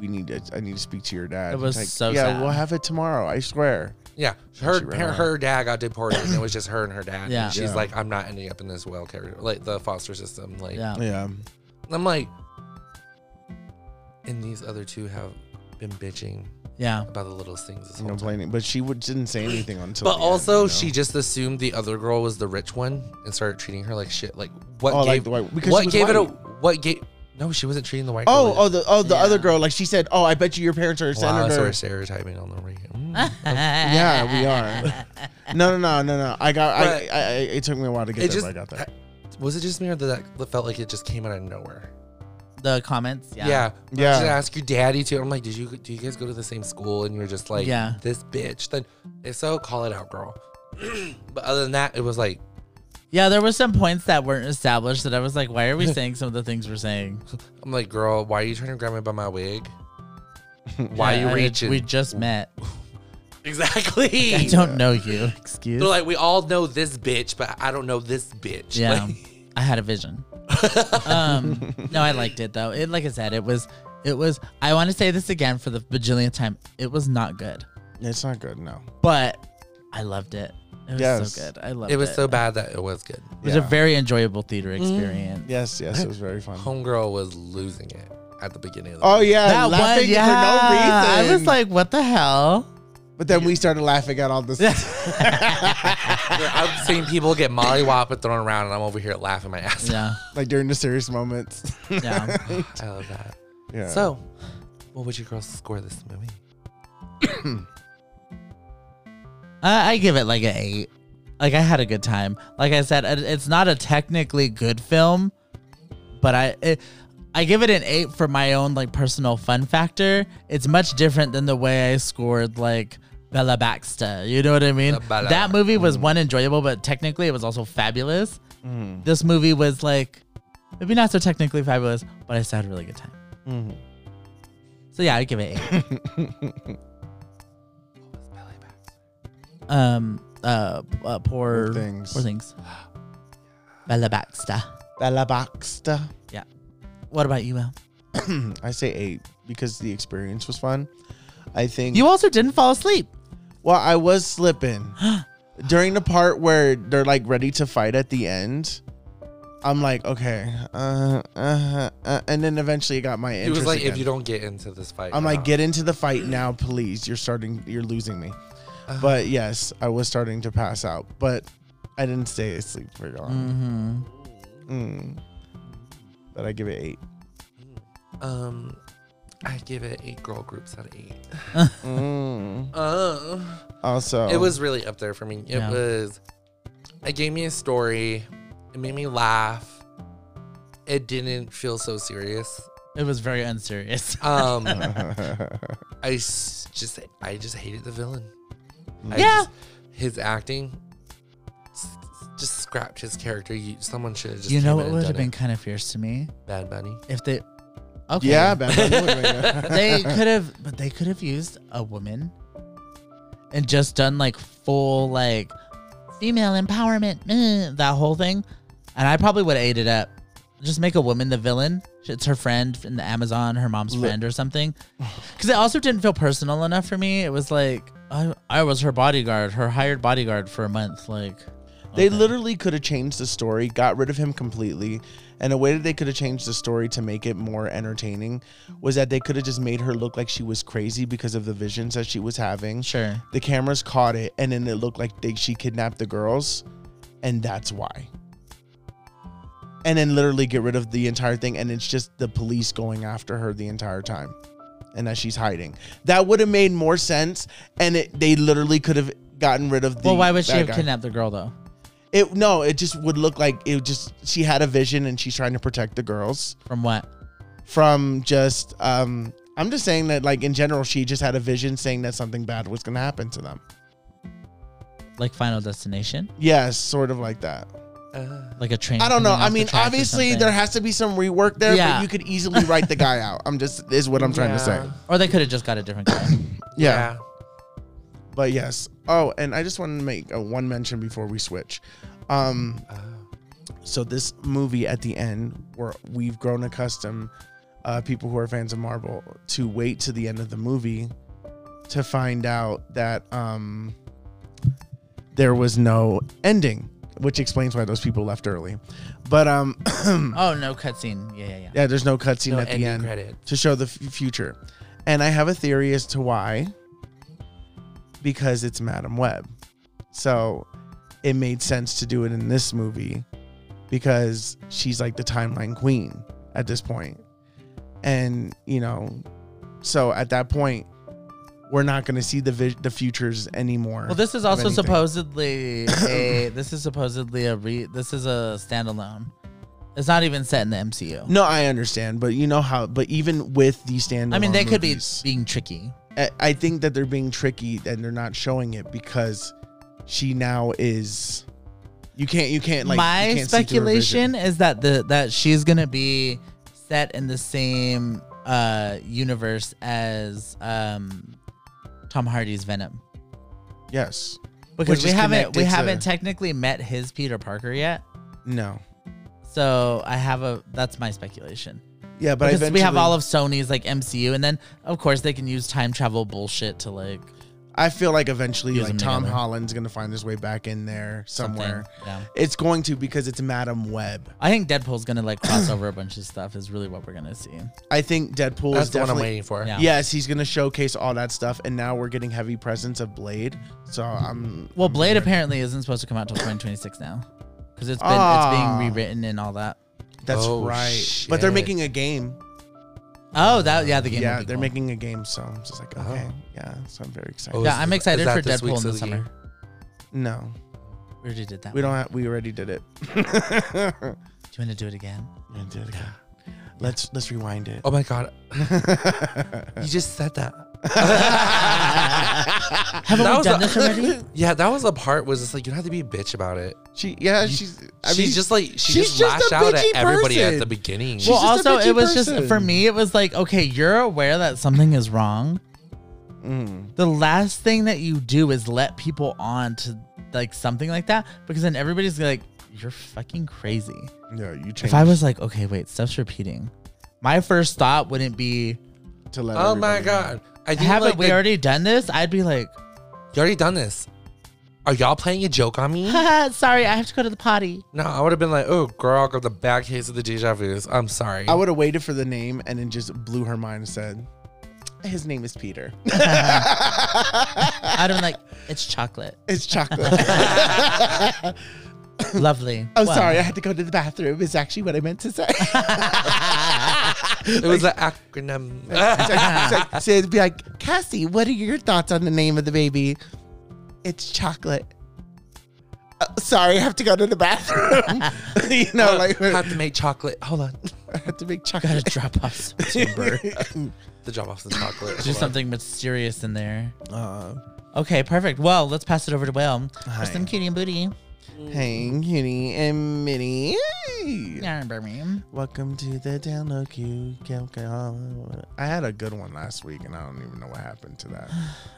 C: "We need to. I need to speak to your dad."
B: It was
C: It's like,
B: so
C: Yeah,
B: sad.
C: we'll have it tomorrow. I swear.
D: yeah,
C: She
D: her
C: ran
D: her,
C: away.
D: her dad got deported, and it was just her and her dad.
B: Yeah.
D: and she's
C: Yeah.
D: like, I'm not ending up in this well care, like the foster system. Like,
B: Yeah,
C: Yeah.
D: I'm like, and these other two have been bitching
B: yeah.
D: about the littlest things this
C: You
D: whole
C: know,
D: time.
C: complaining, but she would, didn't say anything until.
D: But
C: the end,
D: also,
C: you know?
D: she just assumed the other girl was the rich one and started treating her like shit. Like what
C: Oh, like
D: gave
C: the white- because she
D: what
C: was
D: gave it a
C: white.
D: what gave? No, she wasn't treating the white.
C: Oh,
D: girl.
C: oh, the oh, the
B: Yeah.
C: other girl. Like she said, "Oh, I bet you your parents are a
D: wow, so
C: senator."
D: we're stereotyping on the radio. Mm.
C: yeah, we are. No, no, no, no, no. I got. I,
D: But-
C: I, I. It took me a while to get
D: it
C: there,
D: just
C: but I got there.
D: was it just me or that that felt like it just came out of nowhere.
B: The comments.
D: Yeah,
B: Yeah.
D: yeah.
C: Yeah.
D: Just ask your daddy too. I'm like, did you do you guys go to the same school? And you're just like,
B: Yeah.
D: this bitch. Then if so, call it out, girl. but other than that, it was like
B: Yeah, there were some points that weren't established that I was like, why are we saying some of the things we're saying?
D: I'm like, girl, why are you trying to grab me by my wig? Why
B: Yeah,
D: are
B: I-
D: you reaching?
B: We just met.
D: exactly.
B: I don't know you. Excuse.
D: They're like, we all know this bitch, but I don't know this bitch.
B: Yeah,
D: Like,
B: I had a vision. um, no, I liked it though. It, like I said, it was It was, I want to say this again for the bajillionth time. It was not good,
C: It's not good. No.
B: but I loved it. It was
C: Yes.
B: so good. I loved it.
D: It was so bad Mm. that it was good.
B: It was
C: Yeah.
B: a very enjoyable theater experience.
C: Yes. Yes. It was very fun.
D: Homegirl was losing it at the beginning of the
C: Oh yeah,
B: That
C: laughing
B: was, yeah.
C: for no reason.
B: I was like, what the hell?
C: but then we started laughing at all this.
D: yeah. I've seen people get molly wop thrown around and I'm over here laughing my ass off.
B: Yeah.
C: like during the serious moments.
B: Yeah.
D: I love that.
C: Yeah.
D: So, what would you girls score this movie?
B: I, I give it like an eight. Like I had a good time. Like I said, it- it's not a technically good film, but I it, I give it an eight for my own like personal fun factor. It's much different than the way I scored like Bella Baxter. You know what I mean?
D: The Bella.
B: That movie was one enjoyable, but technically it was also fabulous.
D: Mm.
B: This movie was like maybe not so technically fabulous, but I still had a really good time.
D: Mm-hmm.
B: So yeah, I give it eight. um uh, uh poor
C: Poor Things.
B: poor things Bella Baxter
C: Bella Baxter.
B: what about you Al
C: I say eight because the experience was fun. I think.
B: you also didn't fall asleep
C: well, I was slipping during the part where they're like ready to fight at the end. I'm like, okay, uh, uh, uh, and then eventually it got my
D: It
C: interest.
D: was like, if
C: again.
D: you don't get into this fight,
C: I'm
D: you're
C: like,
D: out.
C: get into the fight now, please. You're starting, you're losing me. But yes, I was starting to pass out, but I didn't stay asleep for long.
B: mm-hmm.
C: Mm. But I give it eight.
D: Um, I give it eight girl groups out of eight.
C: Mm.
D: Uh,
C: Also,
D: It was really up there for me. It
B: Yeah.
D: was. It gave me a story. It made me laugh. It didn't feel so serious.
B: it was very unserious
D: Um,
C: yeah,
D: I s- just I just hated the villain.
B: Yeah.
D: I just- his acting s- just scrapped his character. You, someone should have just
B: you know
D: came
B: what
D: in and
B: would have
D: done
B: been
D: it.
B: kind of fierce to me
D: Bad Bunny.
B: if they okay
C: Bad Bunny would've been good.
B: they could have but they could have used a woman and just done like full like female empowerment eh, that whole thing and i probably would have ate it up just make a woman the villain it's her friend in the amazon her mom's friend or something because it also didn't feel personal enough for me it was like i, I was her bodyguard her hired bodyguard for a month like
C: They
B: okay.
C: literally could have changed the story, got rid of him completely, and a way that they could have changed the story to make it more entertaining was that they could have just made her look like she was crazy because of the visions that she was having.
B: sure
C: the cameras caught it and then it looked like they, she kidnapped the girls and that's why and then literally get rid of the entire thing and it's just the police going after her the entire time and that she's hiding that would have made more sense and it, they literally could have gotten rid of the
B: well why would she
C: bad
B: have
C: guy.
B: kidnapped the girl though
C: it no it just would look like it just she had a vision and she's trying to protect the girls
B: from what
C: from just um i'm just saying that like in general she just had a vision saying that something bad was going to happen to them
B: like final destination
C: yes sort of like that
D: Uh,
B: like a train
C: I don't know.
B: coming
C: I
B: off the
C: mean,
B: tracks or
C: obviously
B: something.
C: there has to be some rework there,
B: Yeah.
C: but you could easily write the guy out. I'm just is what I'm trying to say.
D: yeah.
B: Or they could have just got a different guy.
C: Yeah. But yes. Oh, and I just want to make uh one mention before we switch. Um,
D: Yeah. Uh,
C: so this movie at the end, where we've grown accustomed, uh, people who are fans of Marvel, to wait to the end of the movie to find out that um, there was no ending, which explains why those people left early. But um,
B: oh no, cutscene. Yeah, yeah, yeah.
C: yeah, there's no cutscene
D: no
C: at the
D: ending
C: end.
D: credit.
C: to show the f- future. And I have a theory as to why. Because it's Madam Web. So it made sense to do it in this movie because she's like the timeline queen at this point. And, you know, so at that point, we're not going to see the vi- the futures anymore.
B: Well, this is
C: of
B: also
C: anything.
B: supposedly a. This is supposedly a re. This is a standalone. It's not even set in the MCU.
C: No, I understand, but you know how. But even with these standalone,
B: I mean, they could be
C: movies-
B: being tricky.
C: I- I think that they're being tricky and they're not showing it because she now is. You can't. You can't like.
B: My
C: you can't see through her vision.
B: speculation is that the that she's gonna be set in the same uh universe as um Tom Hardy's Venom.
C: Yes.
B: Because
C: Which
B: we
C: is
B: haven't we
C: connected to-
B: haven't technically met his Peter Parker yet.
C: No.
B: So I have a that's my speculation.
C: Yeah, but
B: because we have
C: eventually-
B: all of Sony's like MCU, and then of course they can use time travel bullshit to like
C: I feel like eventually,
B: Use
C: like
B: them
C: Tom
B: together.
C: Holland's gonna find his way back in there
B: something.
C: somewhere.
B: Yeah,
C: It's going to because it's Madam Web.
B: I think Deadpool's gonna like cross over a bunch of stuff. Is really what we're gonna see.
C: I think Deadpool
D: That's
C: is
D: the one I'm
C: definitely.
D: waiting for.
B: Yeah.
C: Yes, he's gonna showcase all that stuff, and now we're getting heavy presence of Blade. So I'm
B: Well, Blade apparently isn't supposed to come out till 2026 now, because it's been
C: Ah.
B: it's being rewritten and all that.
C: that's
D: Oh,
C: right. But they're
D: shit.
C: making a game.
B: Oh, that yeah, the game.
C: yeah,
B: will be
C: they're
B: cool. Uh-huh.
C: making a game. So I'm just like,
D: Oh.
C: okay, yeah. So I'm very excited.
D: Oh,
B: Yeah,
D: is-
B: I'm
D: is
B: excited
D: that
B: for
D: this
B: Deadpool
D: week's
B: in the
D: of
B: summer.
D: year?
C: No,
B: We already did that.
C: we
B: one.
C: don't. Have, we already did it.
B: Do you want to do it again?
C: We did it. Let's let's rewind it.
D: Oh my god, you just said that.
B: Haven't
D: That
B: we
D: was
B: done
D: a-
B: this already?
D: Yeah, that was the part. Was just like you don't have to be a bitch about it.
C: she yeah she's I
D: she's
C: mean,
D: just like she
C: she's
D: just
C: just
D: lashed
C: a
D: out at
C: bitchy
D: everybody at the
C: person.
D: beginning.
C: She's
B: Well,
C: just a
B: also,
C: bitchy
B: it was just
C: person.
B: for me. It was like, okay, you're aware that something is wrong.
C: mm.
B: The last thing that you do is let people on to like something like that, because then everybody's like, "You're fucking crazy."
C: yeah you changed.
B: If I was like, "Okay, wait, stuff's repeating," my first thought wouldn't be,
C: to let
D: oh my
C: everybody know.
D: god, I think
B: "Haven't
D: like,
B: we
D: the-
B: already done this?" I'd be like,
D: you already done this. Are y'all playing a joke on me?
B: "Haha, "Sorry, I have to go to the potty."
D: no, I would have been like, oh girl, I got the bad case of the deja vu's. I'm sorry.
C: I would have waited for the name and then just blew her mind and said, "His name is Peter.
B: I'd have been like, "It's chocolate,
C: it's chocolate."
B: lovely."
C: I'm
B: Well,
C: sorry, I had to go to the bathroom. Is actually what I meant to say.
D: it was an acronym.
C: It's like- it's like- so it'd be like, Cassie, what are your thoughts on the name of the baby? It's chocolate. Uh, sorry, I have to go to the bathroom. you know, like I
D: have to make chocolate. Hold on,
C: have to make
B: gotta
C: chocolate.
B: drop off some timber.
D: the drop off's the chocolate.
B: Do
D: Hold on.
B: something mysterious in there.
C: Uh,
B: Okay, perfect. Well, let's pass it over to Will
C: Hi.
B: for some cutie and booty.
C: hey, Kitty and Minnie.
B: Yeah, Birmingham.
C: Welcome to the download queue. I had a good one last week, and I don't even know what happened to that.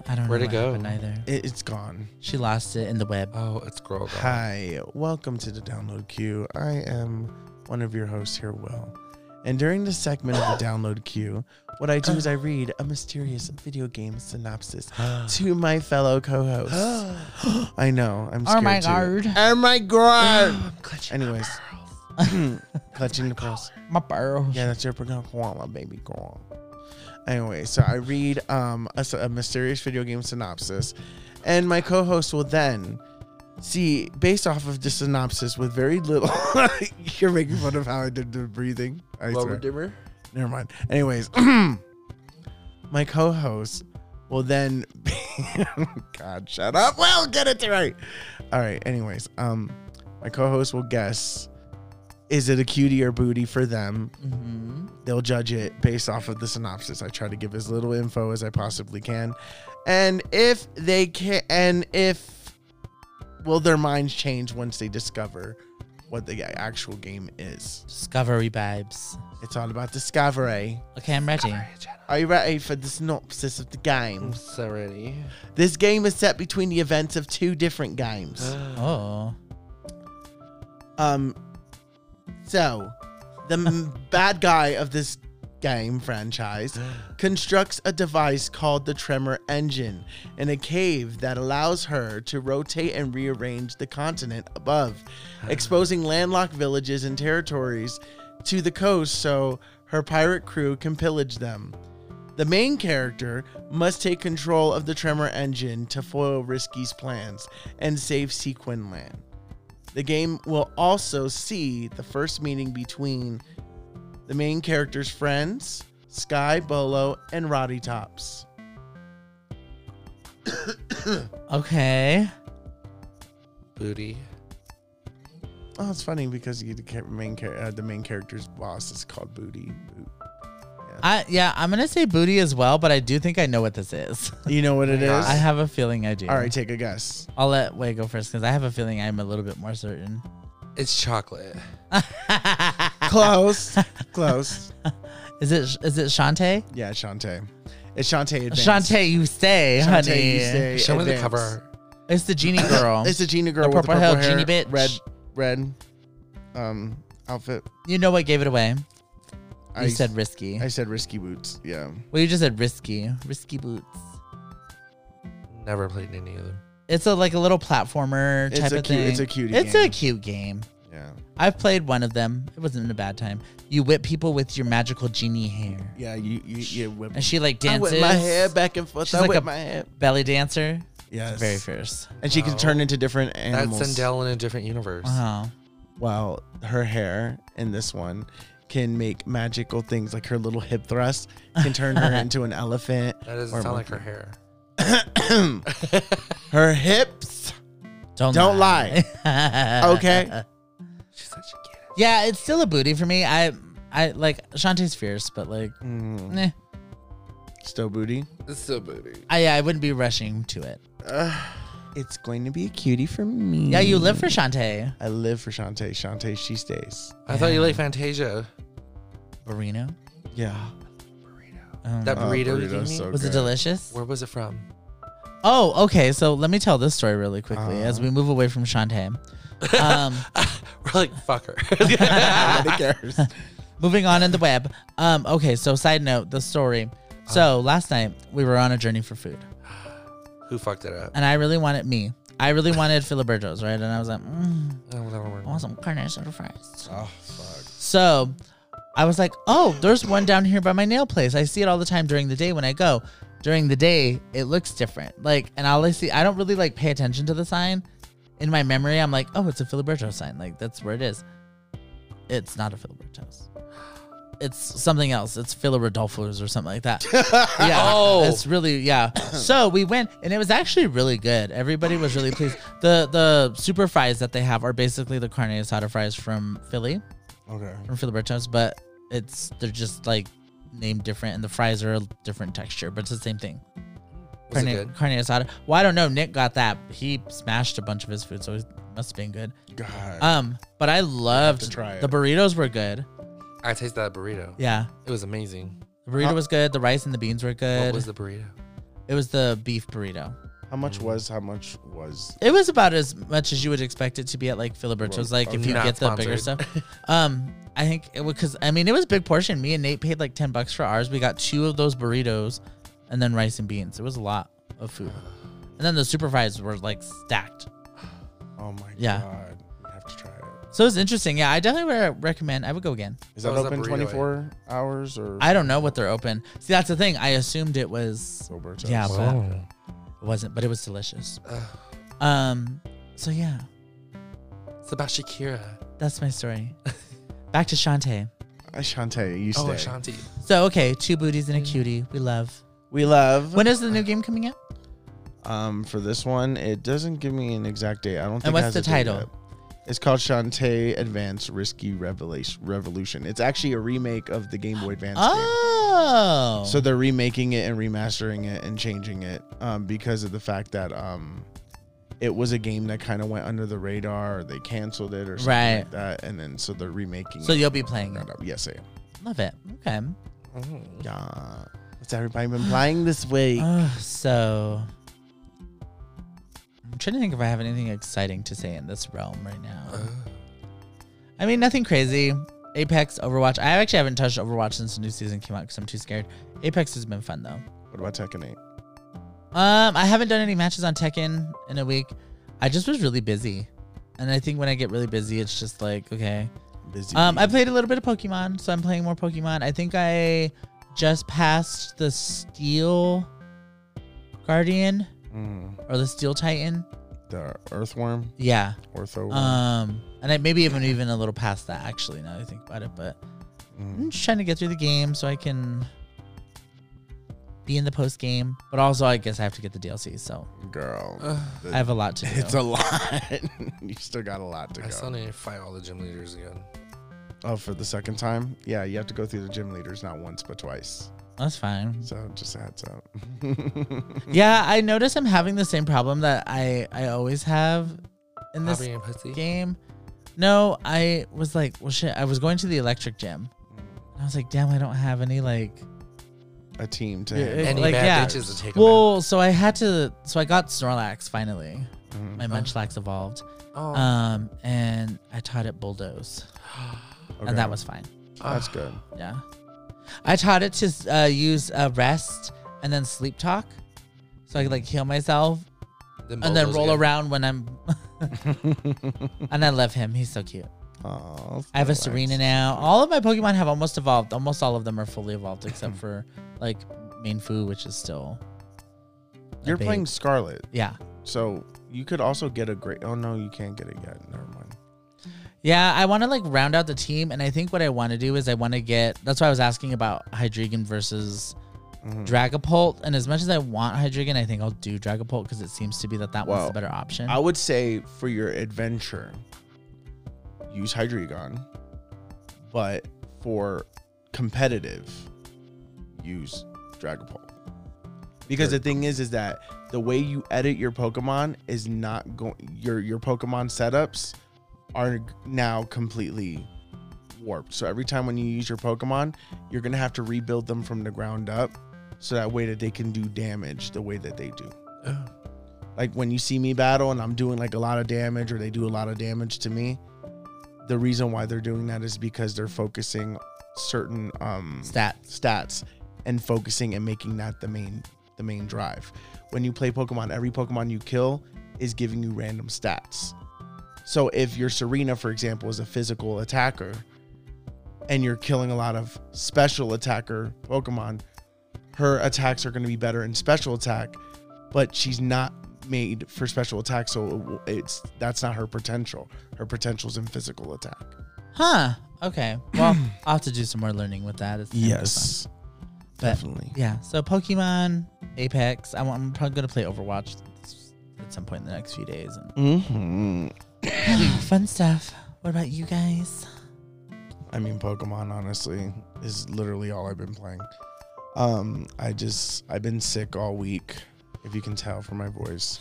B: I don't
D: Where'd
B: know
D: it
B: what
D: go?
B: happened either.
C: It, it's gone.
B: She lost it in the web.
D: Oh, it's girl. gone.
C: Hi, welcome to the download queue. I am one of your hosts here, Will. And during this segment of the download queue, what I do is I read a mysterious video game synopsis to my fellow co-hosts. I know, I'm scared
B: Oh my
C: too.
B: god.
C: Oh my god! Anyways, clutching the pearls.
B: My pearls.
C: Yeah, that's your Pokemon koala, baby girl. Anyway, so I read um, a, s- a mysterious video game synopsis, and my co-host will then see, based off of the synopsis, with very little. you're making fun of how I did the breathing. I swear. Never mind. Anyways, my co-host will then. God, shut up. Well, get it right. All right. Anyways, um, my co-host will guess. Is it a cutie or booty for them?
B: Mm-hmm.
C: they'll judge it based off of the synopsis. I try to give as little info as I possibly can. And if they can, and if will their minds change once they discover what the actual game is?
B: Discovery vibes.
C: It's all about discovery.
B: Okay, I'm ready.
C: Are you ready for the synopsis of the game?
D: so ready.
C: This game is set between the events of two different games.
B: Oh.
C: Um, so the m- bad guy of this game franchise constructs a device called the Tremor Engine in a cave that allows her to rotate and rearrange the continent above, exposing landlocked villages and territories to the coast so her pirate crew can pillage them. The main character must take control of the Tremor Engine to foil Risky's plans and save Sequin Land. The game will also see the first meeting between the main character's friends, Sky, Bolo, and Roddy Tops.
B: Okay.
D: Booty.
C: Oh, it's funny because you, the ca- main char- uh, the main character's boss is called Booty.
B: I yeah, I'm gonna say booty as well, but I do think I know what this is.
C: You know what it is?
B: I have a feeling I do.
C: All right, take a guess.
B: I'll let Way go first because I have a feeling I'm a little bit more certain.
D: It's chocolate.
C: Close, close.
B: is it is it Shantae?
C: Yeah, Shantae. It's Shantae. Advance.
B: Shantae, you stay,
C: Shantaye,
B: honey.
C: you stay
D: Show me the
C: advance.
D: cover.
B: It's the genie girl.
C: It's a genie girl
B: The
C: with the
B: purple
C: purple
B: hair genie
C: hair,
B: bitch.
C: red, red, um, outfit.
B: you know what gave it away?
C: I
B: said risky.
C: I said risky boots. Yeah.
B: well, you just said risky. Risky boots.
D: Never played any of them.
B: It's a like a little platformer
C: It's
B: type
C: a
B: of
C: cute-
B: thing.
C: it's a cutie
B: It's a
C: game.
B: cute game.
C: Yeah.
B: I've played one of them. It wasn't a bad time. You whip people with your magical genie hair,
C: Yeah. You you, you whip.
B: and she like dances.
C: I whip my hair back and forth.
B: She's
C: I
B: like
C: whip
B: a-
C: my hair.
B: Belly dancer.
C: Yes.
B: Very fierce.
C: And she can turn into different animals.
D: That's Sandel in a different universe.
B: Wow.
C: Wow. Her hair in this one can make magical things like her little hip thrust can turn her into an elephant.
D: That doesn't
C: or a
D: sound like
C: monkey.
D: her hair.
C: Her hips.
B: Don't
C: Don't
B: lie.
C: Okay.
D: She said she get it.
B: Yeah, it's still a booty for me. I I like Shantae's fierce, but like,
C: Mm.
B: eh,
C: Still booty.
E: It's still booty.
B: I I wouldn't be rushing to it.
C: It's going to be a cutie for me.
B: Yeah, you live for Shantae.
C: I live for Shantae. Shantae, she stays.
D: I thought you liked Fantasia.
B: Burrito.
C: Yeah.
B: Um,
D: That
C: Oh,
D: burrito, you
C: burrito's
D: gave me?
C: so
B: was it
C: good.
B: delicious?
D: Where was it from?
B: Oh, okay. So let me tell this story really quickly
C: Uh-huh.
B: as we move away from Shantae. Um,
D: We're like, fuck her.
C: Nobody cares.
B: moving on in the web. Um, okay, so side note, the story. So last night we were on a journey for food,
D: Who fucked it up?
B: and I really wanted me. I really wanted Filiberto's, right? And I was like, mm,
D: Oh, whatever.
B: I want some carnation fries.
C: oh, fuck.
B: So I was like, oh, there's one down here by my nail place. I see it all the time during the day when I go. During the day, it looks different. Like, and all I see, I don't really like pay attention to the sign. In my memory, I'm like, oh, it's a Filiberto sign. Like, that's where it is. It's not a Filiberto's. It's something else. It's Filiberdolfo's or something like that. yeah.
D: Oh.
B: It's really, yeah. So we went, and it was actually really good. Everybody was really pleased. The the super fries that they have are basically the carne asada fries from Philly
C: Okay.
B: from Filiberto's, but it's they're just like named different, and the fries are a different texture, but it's the same thing.
D: Was
B: carne,
D: it good?
B: carne asada. Well, I don't know. Nick got that. He smashed a bunch of his food, so it must have been good.
C: God.
B: Um, but I loved
C: try it.
B: the burritos were good.
D: I tasted that burrito.
B: Yeah,
D: It was amazing.
B: the burrito was good. The rice and the beans were good.
D: What was the burrito?
B: it was the beef burrito.
C: how much
B: Mm-hmm.
C: was, how much was.
B: It was about as much as you would expect it to be at like Filiberto's, like if you
D: Not
B: get the bigger stuff.
D: sponsored.
B: Um, I think it was because I mean it was a big portion. Me and Nate paid like ten bucks for ours. We got two of those burritos, and then rice and beans. It was a lot of food, and then the super fries were like stacked.
C: Oh my
B: Yeah.
C: God. You have to try it.
B: So it was interesting. Yeah, I definitely would recommend. I would go again.
C: Is
D: How
C: that
D: was that
C: open
D: burrito
C: 24 hours or
B: I don't know what they're open. See, that's the thing. I assumed it was.
C: Roberto's?
D: Oh.
B: Yeah, but it wasn't. But it was delicious. Um, so yeah,
D: It's about Shakira.
B: that's my story. Back to Shantae.
C: Uh, Shantae, you stay.
D: Oh, Ashanti.
B: So okay, two booties
D: Mm.
B: and a cutie. We love.
C: we love.
B: When is the new game coming out?
C: um, for this one, it doesn't give me an exact date. I don't. think it
B: what's
C: has
B: the
C: a date
B: title?
C: yet. It's called Shantae Advance Risky Revelation. Revolution. It's actually a remake of the Game Boy Advance game.
B: Oh,
C: So they're remaking it and remastering it and changing it um, because of the fact that um, it was a game that kind of went under the radar. Or they canceled it or something
B: Right.
C: like that, and then so they're remaking.
B: So
C: it.
B: you'll be playing it.
C: Yes, I am.
B: Love it. Okay.
C: Yeah. What's everybody been playing this week?
B: Uh, so I'm trying to think if I have anything exciting to say in this realm right now.
C: Uh,
B: I mean, nothing crazy. Apex, Overwatch. I actually haven't touched Overwatch since the new season came out because I'm too scared. Apex has been fun though.
C: What about Tekken 8?
B: Um, I haven't done any matches on Tekken in a week. I just was really busy, and I think when I get really busy, it's just like okay.
C: Busy.
B: Um,
C: bee.
B: I played a little bit of Pokemon, so I'm playing more Pokemon. I think I just passed the Steel Guardian
C: Mm,
B: or the Steel Titan.
C: the Earthworm,
B: Yeah.
C: Ortho.
B: Um, and I maybe even even a little past that actually. Now that I think about it, but I'm just trying to get through the game so I can be in the post game. But also, I guess I have to get the DLC, so
C: Mm, girl.
D: Uh,
C: the-
B: I have a lot to do.
C: it's a lot. you still got a lot to
D: I still
C: go.
D: need to fight all the gym leaders again.
C: Oh, for the second time? Yeah, you have to go through the gym leaders not once but twice.
B: That's fine.
C: So just a heads up.
B: Yeah, I notice I'm having the same problem that I I always have in this
D: Poppy and pussy.
B: game. No, I was like, well, shit. I was going to the electric gym. And I was like, damn, I don't have any like.
C: a team to
B: Yeah,
C: handle.
D: Any
B: Like,
D: bad
B: yeah.
D: bitches to take them out.
B: Well, so I had to. So I got Snorlax finally.
C: Mm-hmm.
B: My Munchlax evolved,
D: Oh,
B: um, and I taught it bulldoze,
C: Okay,
B: and that was fine.
D: ah.
C: that's good.
B: Yeah, I taught it to uh, use uh, rest and then sleep talk, so I could like heal myself and then roll around when I'm. and I love him. He's so cute.
C: Aw,
B: I have a Serena now. All of my Pokemon have almost evolved. Almost all of them are fully evolved, except for like main Fu, which is still. a
C: You're
B: babe.
C: playing Scarlet,
B: Yeah,
C: so you could also get a great. Oh no, you can't get it yet. Never mind.
B: yeah. I want to like round out the team, and I think what I want to do is I want to get. That's why I was asking about Hydreigon versus
C: Mhm.
B: Dragapult. And as much as I want Hydreigon, I think I'll do Dragapult because it seems to be that that one's
C: Well,
B: the better option.
C: I would say for your adventure, use Hydreigon, but for competitive, use Dragapult. Because the thing is, is that the way you edit your Pokemon is not going. Your your Pokemon setups are now completely warped. So every time when you use your Pokemon, you're gonna have to rebuild them from the ground up, so that way that they can do damage the way that they do like when you see me battle and I'm doing like a lot of damage or they do a lot of damage to me, the reason why they're doing that is because they're focusing certain um
B: Stats.
C: stats and focusing and making that the main the main drive. When you play Pokemon, every Pokemon you kill is giving you random stats. So if your Serena, for example, is a physical attacker and you're killing a lot of special attacker Pokemon, her attacks are going to be better in special attack, but she's not made for special attack, so it will- it's that's not her potential. Her potential's in physical attack.
B: Huh. Okay. Well, I'll have to do some more learning with that. It's But-
C: definitely.
B: Yeah, so Pokemon, Apex. I'm, I'm probably gonna play Overwatch at some point in the next few days. And
C: Mm-hmm.
B: fun stuff. What about you guys?
C: I mean, Pokemon honestly is literally all I've been playing. Um, I just I've been sick all week, if you can tell from my voice.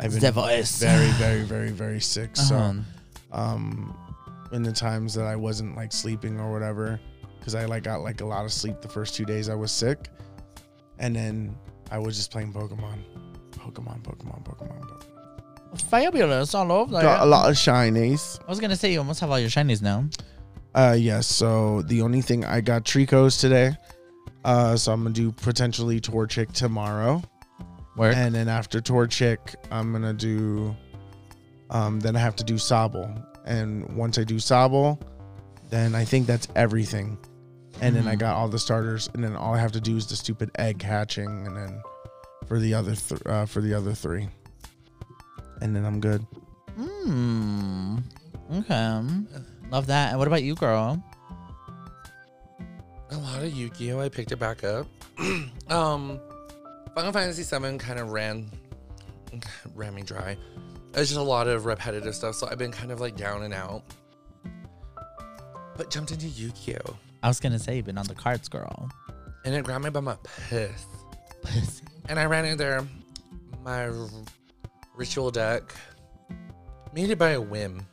C: I've been
B: voice.
C: very, very, very, very sick. So,
B: Um,
C: um, in the times that I wasn't like sleeping or whatever, because I like got like a lot of sleep the first two days I was sick, and then I was just playing Pokemon, Pokemon, Pokemon, Pokemon. Pokemon.
B: fabulous all over.
C: Got a lot of shinies.
B: I was gonna say you almost have all your shinies now.
C: Uh, yes. So the only thing I got Tricos today. Uh, so I'm gonna do potentially Torchic tomorrow,
B: Work.
C: and then after Torchic, I'm gonna do. Um, then I have to do Sobble, and once I do Sobble, then I think that's everything. And then I
B: Hmm.
C: got all the starters, and then all I have to do is the stupid egg hatching, and then for the other th- uh, for the other three, and then I'm good.
B: Hmm. Okay. Love that. And what about you, girl?
D: A lot of Yu-Gi-Oh! I picked it back up. um, Final Fantasy VII kind of ran, ran me dry. It's just a lot of repetitive stuff, so I've been kind of like down and out. But jumped into Yu-Gi-Oh!
B: I was gonna say you've been on the cards, girl.
D: and it grabbed me by my piss,
B: Pussy.
D: and I ran in there, my r- ritual deck, made it by a whim,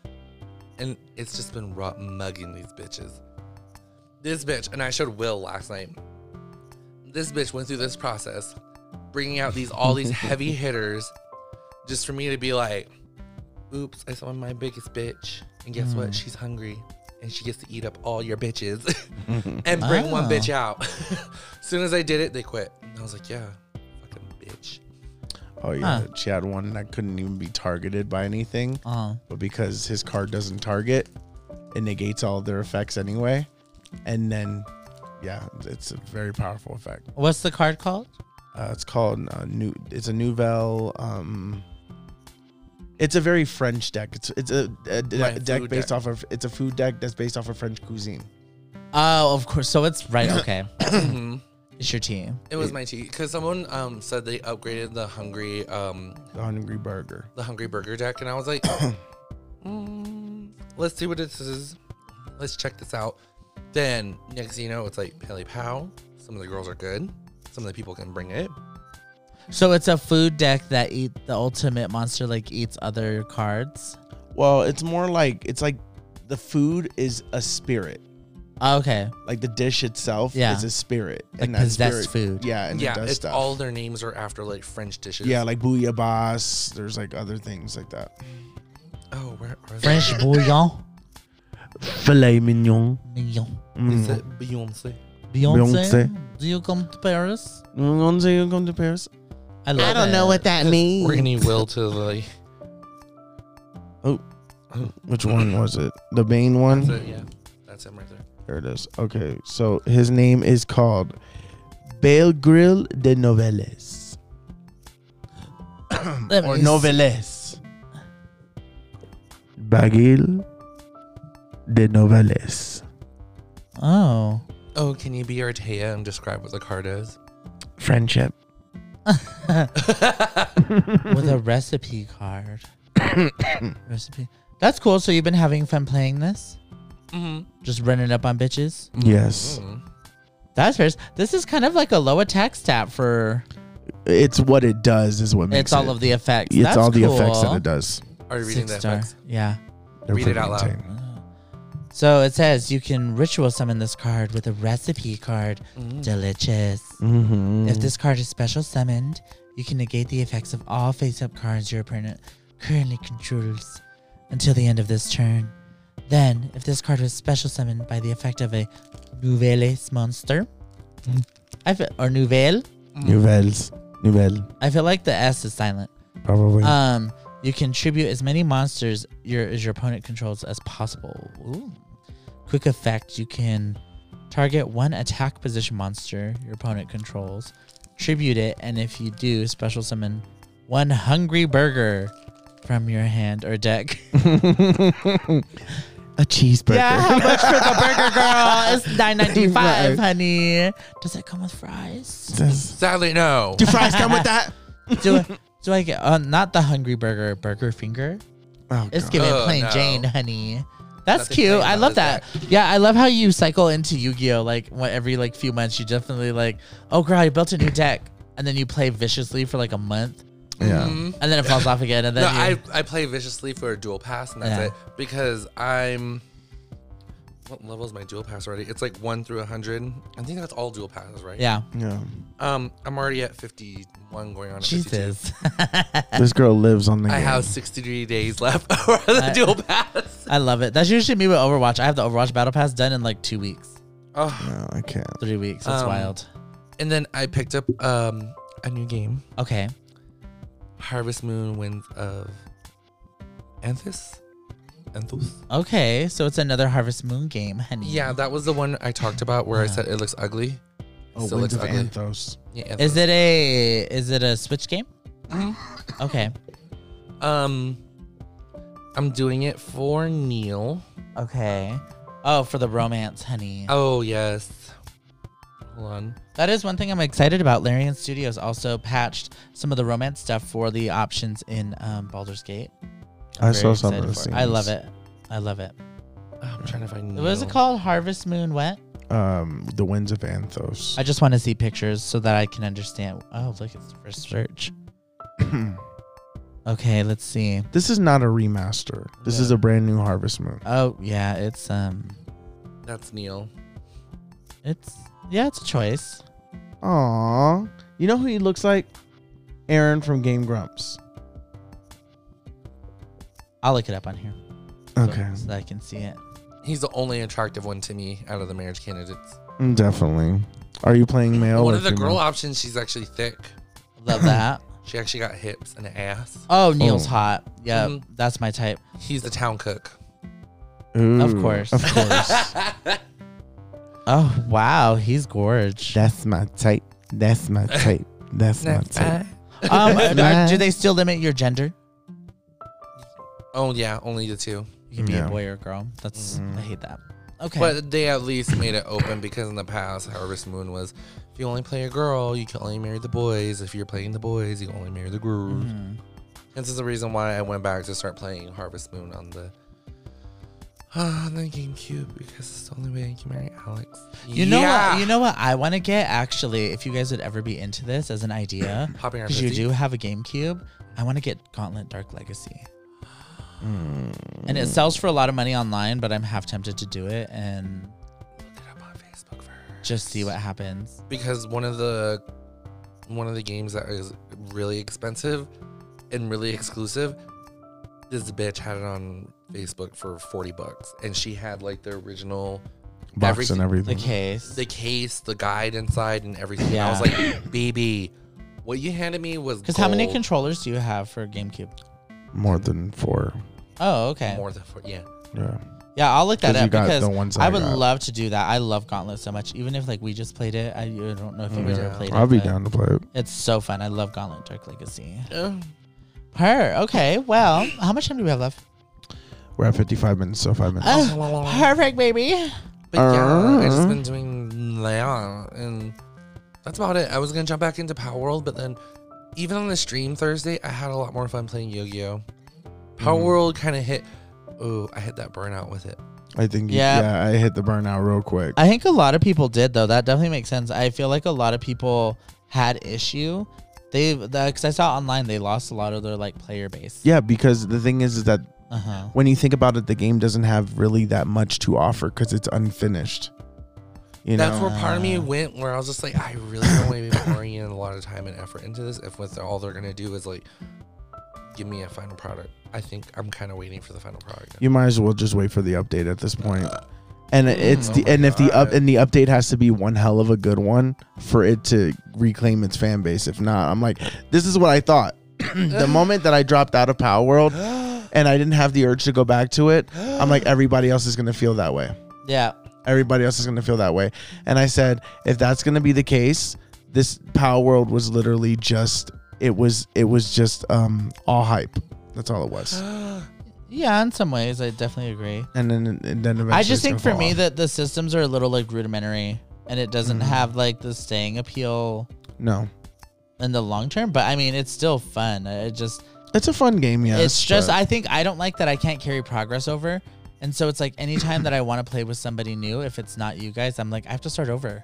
D: and it's just been rot mugging these bitches. This bitch, and I showed Will last night. This bitch went through this process, bringing out these all these heavy hitters, just for me to be like, "Oops, I saw my biggest bitch, and guess what? She's hungry." And she gets to eat up all your bitches and bring one
B: Oh.
D: bitch out. soon as I did it, they quit. And I was like, yeah, fucking bitch.
C: Oh yeah,
B: Huh.
C: she had one that couldn't even be targeted by anything.
B: Oh.
C: but because his card doesn't target, it negates all their effects anyway. And then, yeah, it's a very powerful effect.
B: What's the card called?
C: Uh, it's called uh, new. It's a nouvelle. Um, it's a very French deck. It's it's a, a de-
D: Right,
C: deck
D: food
C: based
D: deck.
C: off of. It's a food deck that's based off of French cuisine.
B: Oh, of course. So it's right. Okay.
D: Mhm.
B: it's your team.
D: it was my tea because someone um said they upgraded the hungry um
C: The Hungry Burger.
D: the hungry burger deck, and I was like, mm, let's see what this is. Let's check this out. Then next thing you know, it's like Pele Pow. Some of the girls are good. Some of the people can bring it.
B: So it's a food deck that eat the ultimate monster like eats other cards.
C: Well, it's more like it's like the food is a spirit.
B: Okay.
C: Like the dish itself
B: Yeah.
C: is a spirit.
B: Like
C: that
B: possessed food.
C: Yeah, and it
D: yeah,
C: does
D: it's
C: stuff.
D: all their names are after like French dishes.
C: Yeah, like Booyabas. There's like other things like that.
D: Oh, where are they?
B: French bouillon.
C: Filet mignon. Mm-hmm.
B: Mignon.
C: Mm.
D: Is it Beyonce?
B: Beyonce,
C: Beyonce.
B: do you come to Paris?
C: Beyonce, you come to Paris?
B: love
C: that
D: We're
C: means.
D: gonna need Will to like.
C: Which one was it? The Bane one?
D: That's it, yeah, that's him right there.
C: There it is. Okay, so his name is called Belgril de Noveles.
B: That
C: or
B: means-
C: Noveles. Bagil de Noveles.
B: Oh,
D: Oh, can you be Artea and describe what the card is?
C: Friendship.
D: Mm-hmm.
B: with a recipe card. recipe. That's cool. So you've been having fun playing this?
D: Mm-hmm.
B: Just running up on bitches?
C: Yes.
B: That's fair. This is kind of like a low attack stat for.
C: It's what it does, is what makes
B: it's all
C: it.
B: of the effects.
C: it's
B: That's
C: all the
B: cool.
C: effects that it does.
D: Are you reading
B: Six
D: that?
B: star.
D: Max?
B: Yeah.
C: They're
D: Read it out
C: pretty
D: loud.
C: tame.
B: So it says you can ritual summon this card with a recipe card.
D: Mm-hmm. Mm.
B: Delicious.
C: Mhm.
B: If this card is special summoned, you can negate the effects of all face up cards your opponent currently controls until the end of this turn. Then, if this card was special summoned by the effect of a Nouvelles monster, I feel, or Nouvelle,
D: Mm-hmm.
C: Nouvelles. Nouvelle.
B: I feel like the S is silent.
C: Probably.
B: Um, you contribute as many monsters your as your opponent controls as possible. Ooh. Quick effect: you can target one attack position monster your opponent controls, tribute it, and if you do, special summon one hungry burger from your hand or deck.
C: a cheeseburger.
B: Yeah, how much for the burger, girl? It's nine ninety five,
C: Right.
B: honey. Does it come with fries?
C: Does-
D: Sadly, no.
C: Do fries come with that?
B: Do I, do I get uh, not the hungry burger, burger finger?
C: Oh,
B: It's
C: God.
B: giving
D: Oh,
B: plain
D: no.
B: Jane, honey. That's
D: Nothing
B: cute.
D: plain
B: I
D: about
B: love
D: it,
B: that. Yeah, I love how you cycle into Yu-Gi-Oh. Like what, every like few months, you definitely like, oh girl, I built a new deck, and then you play viciously for like a month,
C: Yeah.
D: Mhm.
B: and then it falls off again, and
D: No,
B: then you,
D: I, I play viciously for a dual pass, and that's
B: Yeah.
D: it. Because I'm. What level is my dual pass already? It's like 1 through 100. I think that's all dual passes, right?
B: yeah,
C: Yeah.
D: Um, I'm already at 51 going on.
B: Jesus.
D: Jesus.
C: This girl lives on the
D: I
C: game.
D: have 63 days left for the
B: I-
D: dual pass.
B: I love it. That's usually me with Overwatch. I have the Overwatch Battle Pass done in like two weeks,
D: Oh.
C: No, I can't.
B: three weeks. That's
D: Um,
B: wild.
D: And then I picked up um a new game
B: Okay,
D: Harvest Moon Winds of Anthus? Anthus?
B: okay. So it's another Harvest Moon game, honey.
D: Yeah, that was the one I talked about where I
B: Yeah.
D: said it looks ugly.
C: Oh,
D: Still
C: Winds
D: looks
C: of
D: ugly.
C: Anthos.
D: Yeah,
B: Is
D: Anthos.
B: it a is it a Switch game? Okay.
D: Um, I'm doing it for Neil.
B: Okay. Oh, for the romance, honey.
D: Oh yes. Hold on.
B: That is one thing I'm excited about. Larian Studios also patched some of the romance stuff for the options in um, Baldur's Gate.
C: I saw
B: very
C: some
B: excited
C: of those
B: for it. I
C: things.
B: love it. I love it.
D: I'm trying to find. Neil.
B: What is it called? Harvest Moon Wet?
C: Um, The Winds of Anthos.
B: I just want to see pictures so that I can understand. Oh, look, it's the first search. Okay, let's see.
C: this is not a remaster. This is
B: No.
C: a brand new Harvest Moon.
B: Oh, yeah, it's um,
D: That's Neil.
B: it's yeah, it's a choice.
C: Aw. You know who he looks like? Aaron from Game Grumps.
B: I'll look it up on here. so-
C: Okay.
B: so, that I can see it.
D: He's the only attractive one to me out of the marriage candidates.
C: Mm, Definitely. Are you playing male?
D: one
C: or
D: of the girl
C: female?
D: options, she's actually thick.
B: Love that.
D: She actually got hips and ass.
B: Oh, Neil's
C: Oh.
B: hot. Yeah,
D: Mhm.
B: that's my type.
D: He's the town cook.
C: Ooh,
B: Of course.
C: Of course.
B: Oh wow, he's gorge.
C: That's my type. That's my type. That's my type.
B: Um, uh, do they still limit your gender?
D: Oh yeah, only the two.
B: You can be
C: Yeah.
B: a boy or a girl. That's I hate that. Okay.
D: Mm. But they at least made it open because in the past, Harvest Moon was if you only play a girl, you can only marry the boys. If you're playing the boys, you can only marry the girls.
B: Mm-hmm. Hmm.
D: This is the reason why I went back to start playing Harvest Moon on the on the GameCube because it's the only way I can marry Alex.
B: you know
D: Yeah.
B: what? You know what I want to get actually. If you guys would ever be into this as an idea,
D: Popping our
B: because you
D: pussy.
B: do have a GameCube, I want to get Gauntlet Dark Legacy.
C: Mm.
B: And it sells for a lot of money online, but I'm half tempted to do it and
D: Look it up on Facebook first.
B: just see what happens.
D: because one of the one of the games that is really expensive and really exclusive this bitch had it on facebook for 40 bucks and she had like the original
C: box
D: everything-
C: and
B: The
C: everything.
B: case.
D: Mm-hmm. the case, the guide inside, and everything. I was
B: Yeah.
D: like, baby, what you handed me was
B: Because how many
D: gold."
B: controllers do you have for GameCube?
C: More than four.
B: Oh, okay.
D: More than four. Yeah.
C: Yeah.
B: Yeah, I'll look that
C: 'Cause you
B: up
C: got
B: because
C: the ones that
B: I
C: I
B: would
C: got.
B: love to do that. I love Gauntlet so much. Even if like we just played it, I, I don't know if you guys
D: Yeah.
B: ever played it.
C: I'll be
B: but
C: down to play it.
B: It's so fun. I love Gauntlet Dark Legacy.
D: Yeah.
B: Her. Okay. Well, how much time do we have left?
C: We're at 55 minutes, so five minutes.
B: Oh, perfect, baby.
D: But yeah,
C: Uh.
D: I just been doing yeah, and that's about it. I was gonna jump back into Power World, but then even on the stream Thursday, I had a lot more fun playing Yu-Gi-Oh. Power
C: Mm-hmm.
D: World kind of hit. Oh, I hit that burnout with it.
C: I think, you-
B: Yeah.
C: yeah, I hit the burnout real quick.
B: I think a lot of people did though. That definitely makes sense. I feel like a lot of people had issue. They because I saw online they lost a lot of their like player base.
C: yeah, because the thing is, is that
B: Uh huh.
C: when you think about it, the game doesn't have really that much to offer because it's unfinished. You know,
D: That's where part of me went, where I was just like, I really don't want to be pouring in a lot of time and effort into this. If with all they're gonna do is like, give me a final product. I think I'm kind of waiting for the final product.
C: you might as well just wait for the update at this point. And it's
D: Oh
C: the
D: my
C: and if the up
D: God.
C: and the update has to be one hell of a good one for it to reclaim its fan base. If not, I'm like, this is what I thought. the moment that I dropped out of Power World and I didn't have the urge to go back to it, I'm like, everybody else is gonna feel that way.
B: Yeah.
C: Everybody else is gonna feel that way. And I said, if that's gonna be the case, this Power World was literally just it was it was just um all hype. That's all it was.
B: Yeah. In some ways, I definitely agree.
C: And then and then eventually
B: I just
C: it's
B: think
C: gonna
B: for
C: fall
B: me
C: off. Mm-hmm.
B: that the systems are a little like rudimentary and it doesn't have like the staying appeal
C: no.
B: in the long term. But I mean, it's still fun. It just
C: It's a fun game, yes.
B: it's just
C: but-
B: I think I don't like that I can't carry progress over. And so it's like anytime that I want to play with somebody new, if it's not you guys, I'm like, I have to start over.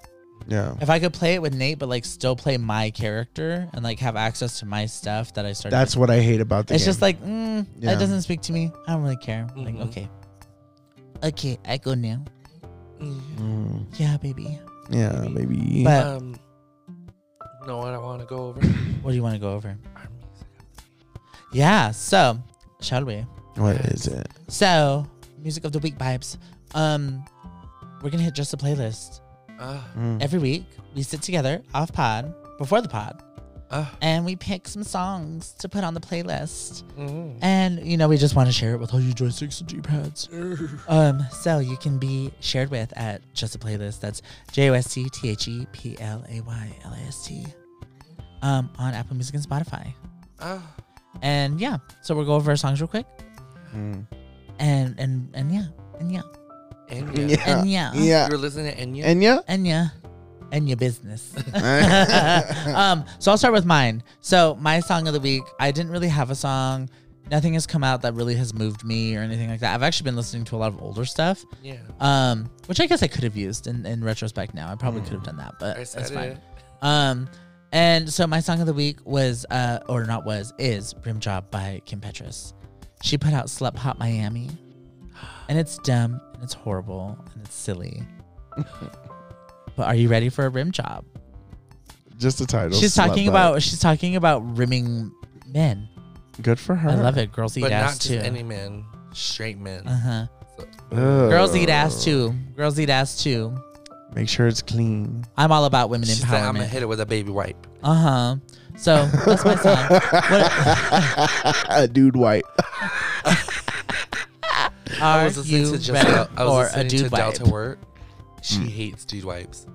C: yeah.
B: If I could play it with Nate, but like still play my character and like have access to my stuff that I started.
C: That's what I hate about the
B: it's
C: game.
B: just like mm,
C: Yeah.
B: that doesn't speak to me. I don't really care. I'm Like
D: Mhm.
B: okay, okay, I go now.
D: Yeah.
C: Mm,
B: Yeah, baby.
C: yeah, maybe.
B: But-
D: Um, no, I don't want to go over.
B: What do you want to go over?
D: Our music.
B: Yeah. So, shall we?
C: what is it?
B: So, music of the week vibes. Um, we're gonna hit just a playlist
D: Uh,
C: Mm.
B: every week. We sit together off pod before the pod,
D: uh,
B: and we pick some songs to put on the playlist.
D: mm.
B: And you know, we just want to share it with all you joysticks and G-pads. um, so you can be shared with at just a playlist. That's J O S T T H E P L A Y L A S T. Um, on Apple Music and Spotify.
D: Uh,
B: And yeah, so we'll go over our songs real quick.
C: Mm.
B: And and and yeah, and yeah,
D: Enya.
C: Yeah.
B: and yeah,
C: Uh, Yeah.
D: You're listening to Enya?
C: And yeah.
B: and yeah, and your business. um, so I'll start with mine. So my song of the week, I didn't really have a song. Nothing has come out that really has moved me or anything like that. I've actually been listening to a lot of older stuff,
D: yeah.
B: um, which I guess I could have used in, in retrospect now. I probably could have done that, but
D: Hmm. I
B: that's
D: said it.
B: fine. Um, and so my song of the week was, uh, or not was, is Rim Job by Kim Petras. She put out Slut Pop Miami, and it's dumb, and it's horrible, and it's silly. but are you ready for a rim job?
C: Just the title.
B: she's
C: Slut
B: talking
C: Butt.
B: about she's talking about rimming men.
C: Good for her.
B: I love it. Girls eat
D: But not
B: ass
D: just
B: too.
D: any men, straight men.
B: uh huh.
C: Ugh.
B: Girls eat ass too.
C: Oh.
B: Girls eat ass too.
C: Make sure it's clean.
B: I'm all about women
D: she said, I'm going to
B: empowerment.
D: hit it with a baby wipe.
B: Uh huh. So that's my song. What
C: Dude, white.
B: are
D: I was listening
B: you
D: to just
B: ready
D: I was
B: for a
D: listening
B: dude
D: to
B: wipe?
D: Delta Work. She hates dude wipes.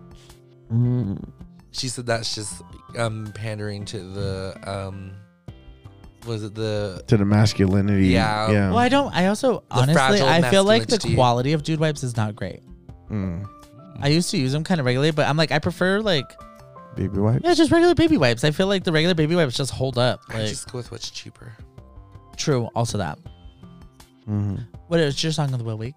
B: Mm.
D: She said that's just um, pandering to the, um, was it the,
C: To the masculinity.
D: Yeah.
C: Yeah.
B: Well, I don't. I also honestly,
D: fragile
B: I feel like the
D: masculinity.
B: quality of dude wipes is not great.
C: Mm.
B: I used to use them kind of regularly, but I'm like, I prefer like
C: Baby white.
B: yeah, just regular baby wipes. I feel like the regular baby wipes just hold up.
D: I
B: Like
D: just go with what's cheaper.
B: true. Also that.
C: Mm.
B: What is your song of the week?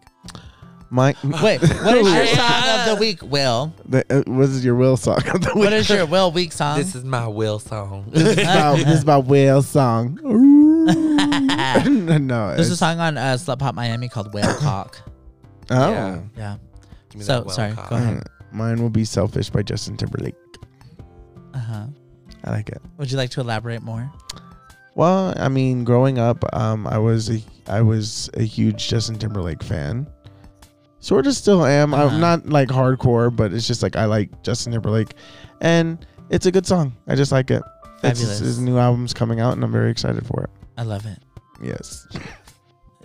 C: Mike,
B: Wait, what is your song of the week, Will?
C: the, uh, what is your Will song of the week?
B: What is your Will week song?
D: This is my will song.
C: this, is my, this is my Will song. no.
B: There's a
C: it's-
B: song on uh, Slut Pop Miami called Whale Cock.
C: Oh.
D: Yeah.
B: Yeah.
D: Give me
B: So,
D: that well
B: sorry,
D: cock.
B: go ahead.
C: Mine will be Selfish by Justin Timberlake.
B: Uh huh.
C: I like it.
B: Would you like to elaborate more?
C: Well, I mean, growing up, um, I was a I was a huge Justin Timberlake fan. Sort of still am.
B: Uh-huh.
C: I'm not like hardcore, but it's just like I like Justin Timberlake, and it's a good song. I just like it. It's-
B: Fabulous.
C: his new album's coming out, and I'm very excited for it.
B: I love it.
C: Yes,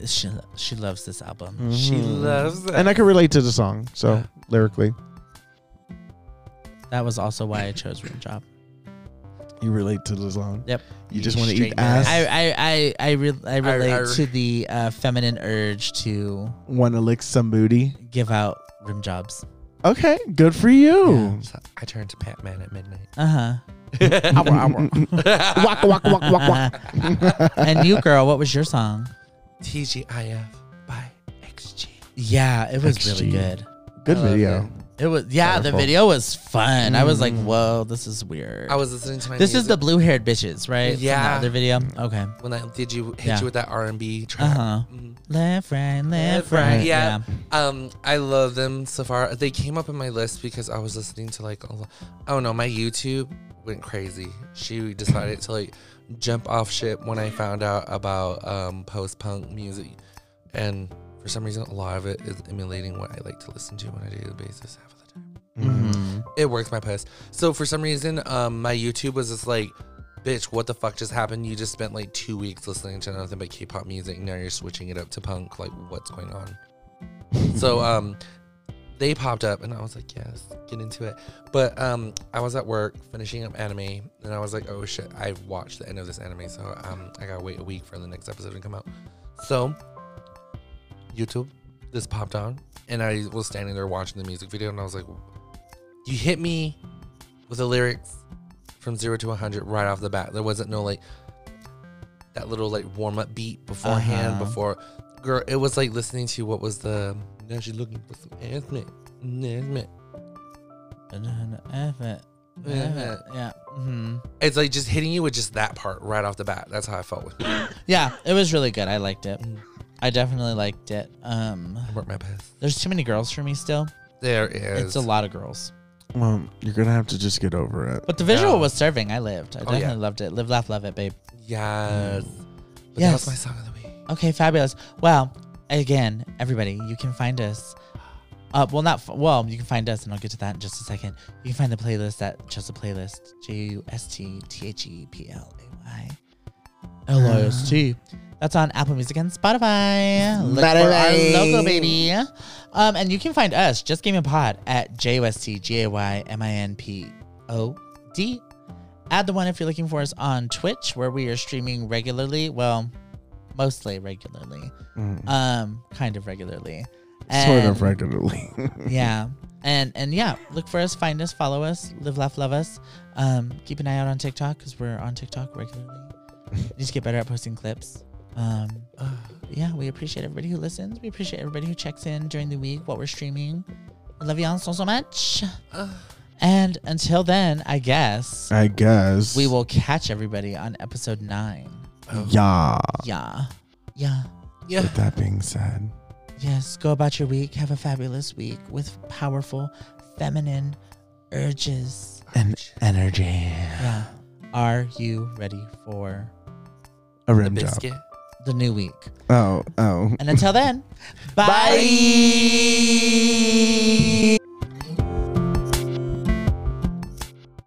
B: She she loves this album.
D: She
C: Mhm.
D: loves it.
C: and I can relate to the song. So lyrically,
B: That was also why I chose Rim Job.
C: you relate to the song.
B: Yep.
C: You just want to eat
D: Straight man.
C: ass.
B: I I I I, re- I
D: I-
B: relate
D: I-
B: to the uh, feminine urge to
C: want to lick some booty.
B: give out rim jobs.
C: Okay, good for you.
D: So I turned to Pac Man at midnight.
B: Uh huh.
C: Ow, ow, ow. Waka, waka, waka, waka, waka.
B: and you, girl, what was your song?
D: TGIF by XG.
B: Yeah, it was really
C: XG.
B: good.
C: Good
D: I love
C: video.
B: It was yeah,
C: Powerful.
B: the video was fun. I was like,
C: Mm.
B: whoa, this is weird.
D: I was listening to my.
B: this is the
D: music
B: blue haired bitches, right? From the
D: Yeah.
B: other video. Okay.
D: when I did you hit
B: Yeah.
D: you with that R and B track.
B: Uh huh.
D: Mhm.
B: Left, right, left,
D: Left,
B: right.
D: right, yeah. Um, I love them so far. They came up in my list because I was listening to like, a lo- I don't know, my YouTube went crazy. She decided to like jump off ship when I found out about um, post punk music, and for some reason, a lot of it is emulating what I like to listen to on a daily basis half of the time.
C: Mm-hmm.
B: Mhm.
D: It works my post. So for some reason, um, my YouTube was just like, bitch, what the fuck just happened? You just spent like two weeks listening to nothing but K-pop music. Now you're switching it up to punk. Like, what's going on? so um, they popped up, and I was like, yes, get into it. But um, I was at work finishing up anime, and I was like, oh shit, I watched the end of this anime, so um, I gotta wait a week for the next episode to come out. So YouTube, this popped on, and I was standing there watching the music video, and I was like, you hit me with the lyrics from zero to 100 right off the bat. There wasn't no like that little like warm up beat beforehand,
B: Uh-huh.
D: before. Girl, it was like listening to what was the. Now she's looking for some asthma. Asthma.
B: Yeah. Yeah. hmm
D: It's like just hitting you with just that part right off the bat. That's how I felt with it.
B: Yeah, it was really good. I liked it.
D: Mm.
B: I definitely liked it. Um,
D: I worked my best.
B: there's too many girls for me still.
D: There it is.
B: It's a lot of girls.
C: Well, you're gonna have to just get over it.
B: But the visual
D: Yeah.
B: was serving. I lived. I
D: Oh,
B: definitely
D: yeah.
B: loved it. Live, laugh, love it, babe.
D: Yes. But
B: Mm. Yes.
D: That was my song of the week.
B: Okay, fabulous. Well, again, everybody, you can find us. Uh, well, not f- well. You can find us, and I'll get to that in just a second. You can find the playlist at just a playlist. J U S T T H E P L A Y L I S T. That's on Apple Music and Spotify. Look for our
C: Spotify.
B: logo, baby. Um, and you can find us just Gaming Pod at J U S T G A Y M I N P O D. Add the one if you're looking for us on Twitch, where we are streaming regularly. Well, mostly regularly.
C: Mm.
B: Um, kind of regularly.
C: Sort
B: And-
C: of regularly.
B: yeah. And and yeah, look for us, find us, follow us, live, laugh, love us. Um, keep an eye out on TikTok because we're on TikTok regularly. Need to get better at posting clips. Um,
D: Uh,
B: yeah, we appreciate everybody who listens. We appreciate everybody who checks in during the week what we're streaming. We love y'all so so much. And until then, I guess
C: I guess.
B: we will catch everybody on episode nine.
C: Yeah.
B: Yeah, yeah.
D: Yeah.
C: With that being said,
B: Yes, go about your week. Have a fabulous week with powerful feminine urges.
C: an energy,
B: Yeah. Are you ready for
C: a
D: The
C: rim job.
D: biscuit.
B: the new week?
C: Oh, oh.
B: And until then, bye.